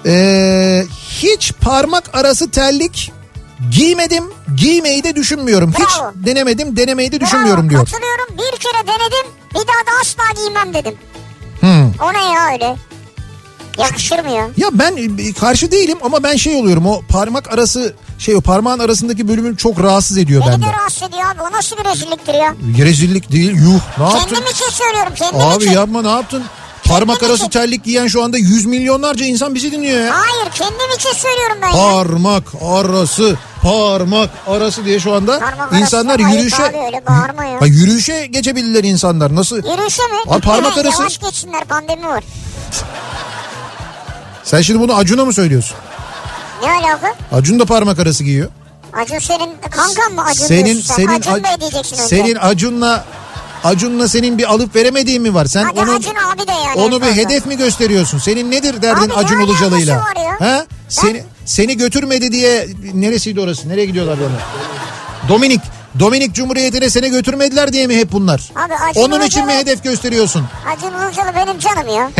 A: Ee, hiç parmak arası terlik giymedim. Giymeyi de düşünmüyorum. Hiç
B: Bravo.
A: denemedim. Denemeyi de
B: Bravo,
A: düşünmüyorum diyor.
B: Katılıyorum bir kere denedim bir daha da asla giymem dedim.
A: Hmm.
B: O ne ya öyle? Yakışır mı ya?
A: Ya ben e, karşı değilim ama ben şey oluyorum. O parmak arası şey o parmağın arasındaki bölümü çok rahatsız ediyor
B: Beni
A: bende.
B: de rahatsız ediyor abi o nasıl bir rezilliktir ya?
A: Rezillik değil. Yuh. Ne yaptın?
B: Kendim için söylüyorum kendim
A: Abi
B: için.
A: yapma ne yaptın? Parmak
B: Kendim
A: arası
B: için.
A: terlik giyen şu anda yüz milyonlarca insan bizi dinliyor ya.
B: Hayır kendim için söylüyorum ben ya.
A: parmak arası parmak arası diye şu anda
B: Parmak arası
A: insanlar
B: da ayıp
A: yürüyüşe
B: abi, öyle bağırma ya.
A: Ha, yürüyüşe geçebilirler insanlar nasıl
B: Yürüyüşe mi?
A: Abi parmak
B: Ha,
A: arası.
B: Yavaş geçsinler pandemi var.
A: sen şimdi bunu Acun'a mı söylüyorsun
B: Ne alaka?
A: Acun da parmak arası giyiyor
B: Acun senin kankan mı Acun
A: senin
B: diyorsun sen?
A: senin
B: Acun
A: Ac-
B: Bey diyeceksin önce.
A: senin Acun'la Acun'la senin bir alıp veremediğin mi var sen
B: Hadi
A: onun
B: Acun abi de yani. en
A: onu bir
B: fazla.
A: hedef mi gösteriyorsun senin nedir derdin
B: Abi ne
A: Acun
B: alakası
A: Ilıcalı'yla
B: var ya?
A: ha seni seni götürmedi diye neresiydi orası nereye gidiyorlar onu Dominik Dominik Cumhuriyeti'ne seni götürmediler diye mi hep bunlar?
B: Abi Acun
A: Onun için mi
B: Ilıcalı-
A: hedef gösteriyorsun?
B: Acun Ilıcalı benim canım ya.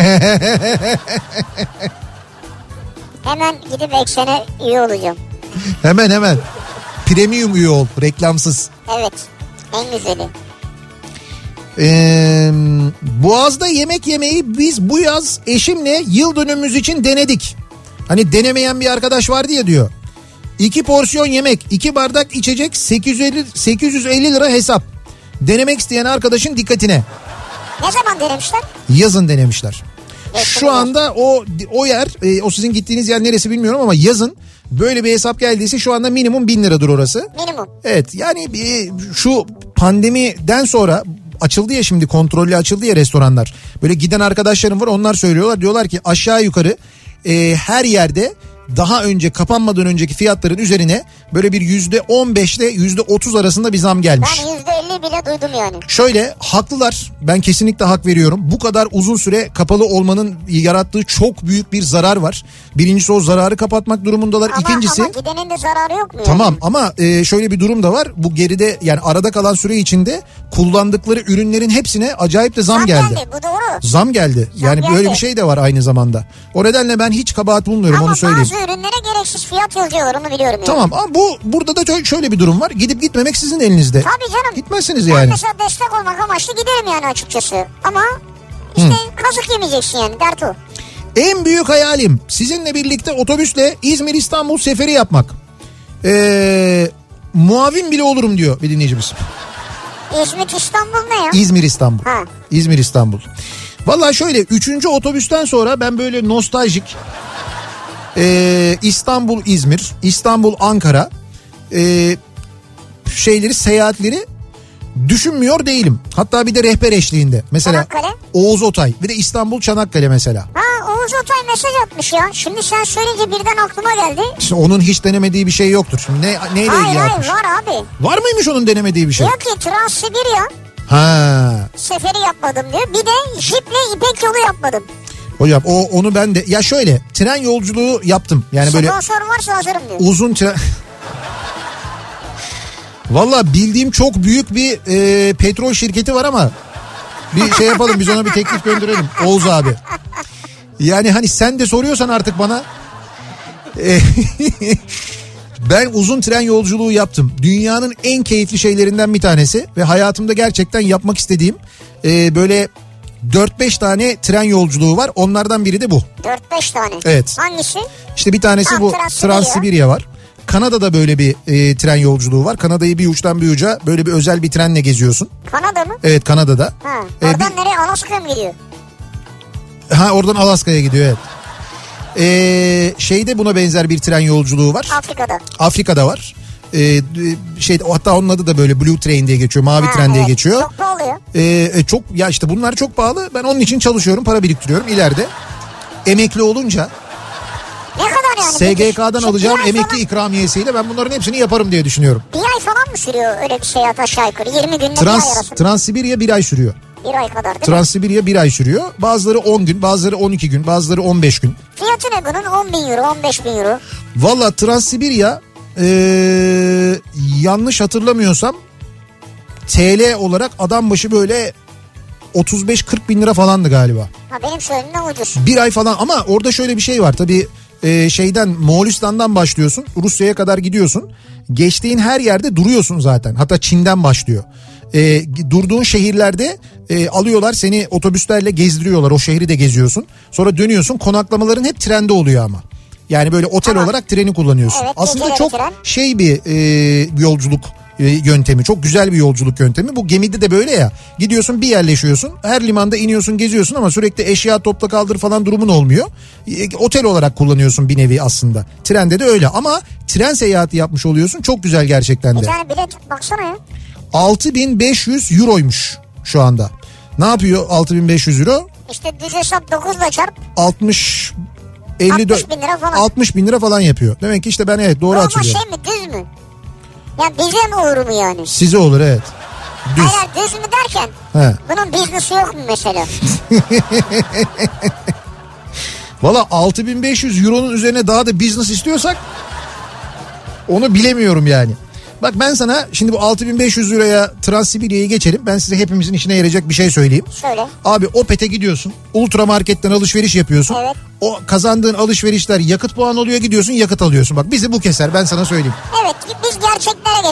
B: Hemen gidip eksene üye olacağım.
A: Hemen hemen. Premium üye ol reklamsız.
B: Evet. En güzeli.
A: Ee, Boğaz'da yemek yemeyi biz bu yaz eşimle yıl dönümümüz için denedik. Hani denemeyen bir arkadaş vardı ya diyor. İki porsiyon yemek, iki bardak içecek 850, 850 lira hesap. Denemek isteyen arkadaşın dikkatine.
B: Ne zaman denemişler?
A: Yazın denemişler.
B: Evet,
A: Şu
B: tabii.
A: anda o o yer e, o sizin gittiğiniz yer neresi bilmiyorum ama yazın böyle bir hesap geldiyse şu anda minimum 1000 liradır orası.
B: Minimum.
A: Evet yani bir, şu pandemiden sonra açıldı ya şimdi kontrollü açıldı ya restoranlar. Böyle giden arkadaşlarım var onlar söylüyorlar. Diyorlar ki aşağı yukarı e, her yerde daha önce kapanmadan önceki fiyatların üzerine böyle bir yüzde on beşle yüzde otuz arasında bir zam
B: Ben
A: gelmiş.
B: %50 özelliği bile duydum yani.
A: Şöyle haklılar ben kesinlikle hak veriyorum. Bu kadar uzun süre kapalı olmanın yarattığı çok büyük bir zarar var. Birincisi o zararı kapatmak durumundalar.
B: Ama,
A: İkincisi
B: ama gidenin de zararı yok mu? yani?
A: Tamam ama e, şöyle bir durum da var. Bu geride yani arada kalan süre içinde kullandıkları ürünlerin hepsine acayip de zam,
B: Zam
A: geldi.
B: geldi. Bu doğru.
A: Zam geldi. yani
B: geldi.
A: böyle bir şey de var aynı zamanda. O nedenle ben hiç kabahat bulmuyorum
B: Ama
A: onu söyleyeyim.
B: bazı ürünlere gereksiz fiyat yazıyorlar onu biliyorum. yani.
A: Tamam ama bu burada da çö- şöyle bir durum var. Gidip gitmemek sizin elinizde.
B: Tabii canım.
A: Gitmezsiniz
B: Ben
A: yani.
B: mesela destek olmak amaçlı giderim yani açıkçası. Ama işte kazık yemeyeceksin yani dert o.
A: En büyük hayalim sizinle birlikte otobüsle İzmir İstanbul seferi yapmak. Ee, muavin bile olurum diyor bir dinleyicimiz.
B: İzmit İstanbul ne ya?
A: İzmir İstanbul.
B: Ha.
A: İzmir İstanbul. Valla şöyle 3. otobüsten sonra ben böyle nostaljik ee, İstanbul İzmir, İstanbul Ankara ee, şeyleri seyahatleri düşünmüyor değilim. Hatta bir de rehber eşliğinde. Mesela
B: Çanakkale.
A: Oğuz Otay bir de İstanbul Çanakkale mesela.
B: Ha Oğuz Otay mesaj atmış ya. Şimdi sen söyleyince birden aklıma geldi.
A: Şimdi onun hiç denemediği bir şey yoktur. Şimdi ne, neyle
B: Hayır
A: ilgili
B: hayır
A: yapmış?
B: var abi.
A: Var mıymış onun denemediği bir şey?
B: Diyor ki Trans Sibirya
A: Ha.
B: seferi yapmadım diyor. Bir de jiple İpek yolu yapmadım.
A: Hocam o onu ben de ya şöyle tren yolculuğu yaptım. Yani Hani böyle
B: Sponsor varsa hazırım diyor.
A: uzun tren Valla bildiğim çok büyük bir e, petrol şirketi var ama bir şey yapalım biz ona bir teklif gönderelim Oğuz abi. Yani hani sen de soruyorsan artık bana E, ben uzun tren yolculuğu yaptım. Dünyanın en keyifli şeylerinden bir tanesi ve hayatımda gerçekten yapmak istediğim e, böyle 4-5 tane tren yolculuğu var. Onlardan biri de bu.
B: 4-5 tane.
A: Evet.
B: Hangisi?
A: İşte bir tanesi
B: Ha,
A: bu
B: Transsibirya.
A: Transsibirya var. Kanada'da böyle bir e, tren yolculuğu var. Kanada'yı bir uçtan bir uca böyle bir özel bir trenle geziyorsun.
B: Kanada mı?
A: Evet Kanada'da.
B: Ha.
A: E,
B: Oradan nereye? Alaska'ya mı gidiyor?
A: bir- ha oradan Alaska'ya gidiyor evet. E, şeyde buna benzer bir tren yolculuğu var.
B: Afrika'da.
A: Afrika'da var. E, d- şey hatta onun adı da böyle Blue Train diye geçiyor, Mavi
B: Ha,
A: Tren diye
B: evet.
A: geçiyor.
B: Çok pahalı ya.
A: Ee, e, çok ya işte bunlar çok pahalı. Ben onun için çalışıyorum, para biriktiriyorum ileride. Emekli olunca
B: Ne kadar yani?
A: SGK'dan
B: Hani Peki,
A: alacağım
B: bir ay
A: emekli
B: Falan,
A: ikramiyesiyle ben bunların hepsini yaparım diye düşünüyorum.
B: bir ay falan mı sürüyor öyle bir seyahat aşağı yukarı? 20 günde bir ay
A: Trans
B: arası.
A: Transsibirya bir ay sürüyor.
B: bir ay kadar değil mi?
A: Transsibirya bir ay sürüyor. Bazıları 10 gün, bazıları 12 gün, bazıları 15 gün.
B: Fiyatı ne bunun? 10 bin euro, 15 bin euro.
A: Valla Transsibirya eee, yanlış hatırlamıyorsam TL olarak adam başı böyle 35-40 bin lira falandı galiba.
B: Ha benim söylediğimden ucuz.
A: Bir ay falan ama orada şöyle bir şey var tabii e, şeyden Moğolistan'dan başlıyorsun Rusya'ya kadar gidiyorsun. Geçtiğin her yerde duruyorsun zaten hatta Çin'den başlıyor. E, durduğun şehirlerde e, alıyorlar seni otobüslerle gezdiriyorlar o şehri de geziyorsun. Sonra dönüyorsun konaklamaların hep trende oluyor ama. Yani böyle otel olarak treni kullanıyorsun.
B: Evet,
A: Aslında
B: geceleri
A: çok
B: tren.
A: şey bir e, yolculuk e, yöntemi çok güzel bir yolculuk yöntemi bu gemide de böyle ya gidiyorsun bir yerleşiyorsun her limanda iniyorsun geziyorsun ama sürekli eşya topla kaldır falan durumun olmuyor E, otel olarak kullanıyorsun bir nevi aslında trende de öyle ama tren seyahati yapmış oluyorsun çok güzel gerçekten
B: Bir
A: de
B: tane bilet baksana ya.
A: 6500 euroymuş şu anda ne yapıyor 6500 euro
B: İşte düz hesap 9 ile çarp.
A: 60 54
B: 60 bin lira falan.
A: 60 bin lira falan yapıyor demek ki işte ben evet doğru
B: Ama
A: hatırlıyorum
B: şey mi düz mü? Ya bize mi olur mu yani?
A: size olur evet düz
B: Hayır hayır, düz mü derken
A: He.
B: bunun biznesi yok mu mesela?
A: Valla 6500 euronun üzerine daha da business istiyorsak onu bilemiyorum yani. Bak ben sana şimdi bu 6500 liraya Transsibirya'yı geçelim. Ben size hepimizin işine yarayacak bir şey söyleyeyim.
B: Söyle.
A: Abi Opet'e gidiyorsun. Ultra marketten alışveriş yapıyorsun.
B: Evet.
A: O kazandığın alışverişler yakıt puan oluyor gidiyorsun yakıt alıyorsun. Bak bizi bu keser ben sana söyleyeyim.
B: Evet biz gerçeklere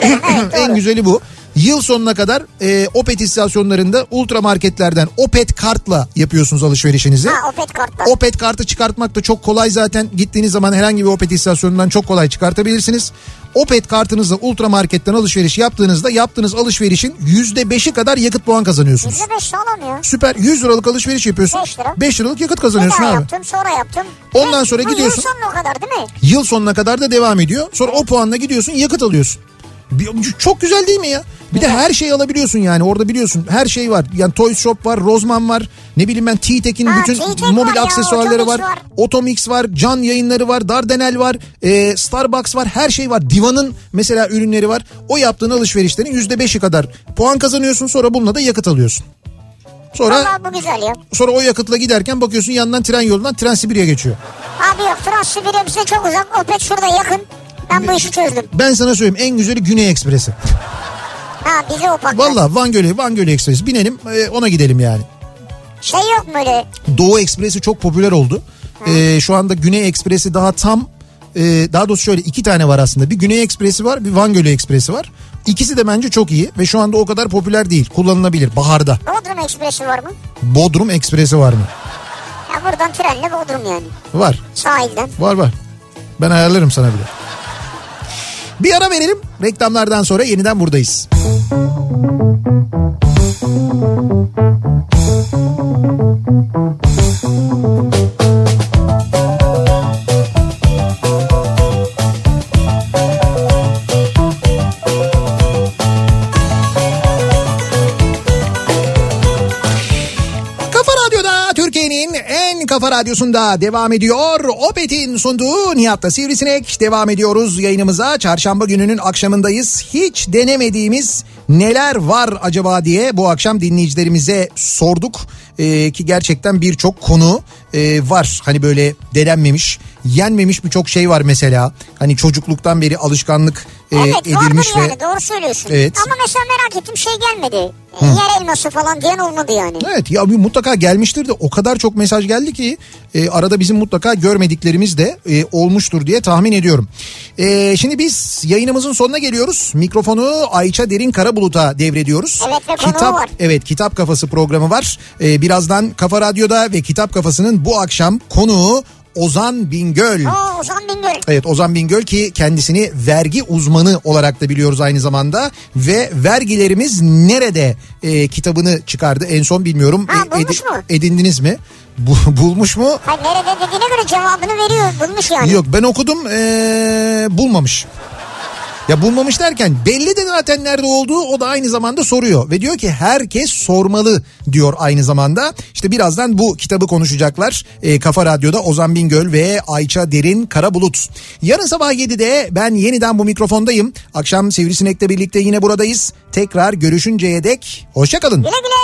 B: gelelim. Evet doğru.
A: En güzeli bu. Yıl sonuna kadar e, Opet istasyonlarında ultra marketlerden Opet kartla yapıyorsunuz alışverişinizi.
B: Ha Opet kartlar.
A: Opet kartı çıkartmak da çok kolay zaten. Gittiğiniz zaman herhangi bir Opet istasyonundan çok kolay çıkartabilirsiniz. Opet kartınızla ultra marketten alışveriş yaptığınızda yaptığınız alışverişin %5'i kadar yakıt puan kazanıyorsunuz.
B: Yüzde beş sağlam ya.
A: Süper 100 liralık alışveriş yapıyorsun.
B: Beş lira.
A: 5 liralık yakıt
B: Bir
A: kazanıyorsun
B: daha
A: abi.
B: yaptım sonra yaptım.
A: Ondan
B: Ve
A: sonra
B: bu
A: gidiyorsun.
B: Yıl sonuna kadar değil mi?
A: Yıl sonuna kadar da devam ediyor. Sonra o puanla gidiyorsun yakıt alıyorsun. Bir- Çok güzel değil mi ya? Bir de her şeyi alabiliyorsun yani orada biliyorsun her şey var. Yani Toy Shop var, Rozman var. Ne bileyim ben T-Tech'in
B: Ha,
A: bütün
B: T-Tek var
A: mobil
B: ya,
A: aksesuarları var.
B: Otomix var.
A: Otomix var, Can yayınları var, Dardanel var, e, Starbucks var, her şey var. Divan'ın mesela ürünleri var. O yaptığın alışverişlerin %5'i kadar puan kazanıyorsun sonra bununla da yakıt alıyorsun. Sonra
B: Valla bu güzel ya.
A: sonra o yakıtla giderken bakıyorsun yandan tren yolundan Tren Sibirya geçiyor.
B: Abi yok Transsibirya bize çok uzak. Opet şurada yakın. Ben bu işi çözdüm.
A: Ben sana söyleyeyim en güzeli Güney Ekspresi.
B: Ha bize o paklar.
A: Valla Van Gölü, Van Gölü Ekspresi. Binelim e, ona gidelim yani.
B: Şey yok mu öyle?
A: Doğu Ekspresi çok popüler oldu. Ee, şu anda Güney Ekspresi daha tam e, daha doğrusu şöyle iki tane var aslında. Bir Güney Ekspresi var bir Van Gölü Ekspresi var. İkisi de bence çok iyi ve şu anda o kadar popüler değil. Kullanılabilir baharda.
B: Bodrum Ekspresi var mı?
A: Bodrum Ekspresi var mı?
B: Ya buradan trenle Bodrum yani.
A: Var.
B: Sahilden.
A: Var var. Ben ayarlarım sana bile. Bir ara verelim. Reklamlardan sonra yeniden buradayız. Kafa Radyo'da Türkiye'nin en kafa radyosunda devam ediyor. Opet'in sunduğu Nihat'ta Sivrisinek. Devam ediyoruz yayınımıza. Çarşamba gününün akşamındayız. Hiç denemediğimiz neler var acaba diye bu akşam dinleyicilerimize sorduk. Ee, ki gerçekten birçok konu e, var. Hani böyle denenmemiş, yenmemiş birçok şey var mesela. Hani çocukluktan beri alışkanlık e,
B: evet vardır
A: edilmiş ve...
B: yani doğru söylüyorsun.
A: Evet.
B: Ama mesela merak ettim şey gelmedi. E, Yer elması falan diyen olmadı yani.
A: Evet ya bir mutlaka gelmiştir de o kadar çok mesaj geldi ki e, arada bizim mutlaka görmediklerimiz de e, olmuştur diye tahmin ediyorum. E, şimdi biz yayınımızın sonuna geliyoruz. Mikrofonu Ayça Derin Karabulut'a devrediyoruz.
B: Evet ve konuğu
A: kitap,
B: var.
A: Evet Kitap Kafası programı var. E, birazdan Kafa Radyo'da ve Kitap Kafası'nın bu akşam konuğu Ozan Bingöl.
B: Aa Ozan Bingöl.
A: Evet Ozan Bingöl ki kendisini vergi uzmanı olarak da biliyoruz aynı zamanda ve vergilerimiz nerede e, kitabını çıkardı en son bilmiyorum.
B: Ha,
A: E,
B: bulmuş mu?
A: Edindiniz mi? Bu- bulmuş mu?
B: Hayır nerede dediğine göre cevabını veriyor. Bulmuş yani.
A: Yok ben okudum e, bulmamış. Ya bulmamış derken belli de zaten nerede olduğu o da aynı zamanda soruyor. Ve diyor ki herkes sormalı diyor aynı zamanda. İşte birazdan bu kitabı konuşacaklar. E, Kafa Radyo'da Ozan Bingöl ve Ayça Derin Karabulut. Yarın sabah 7'de ben yeniden bu mikrofondayım. Akşam Sivrisinek'le birlikte yine buradayız. Tekrar görüşünceye dek hoşçakalın.
B: Güle güle.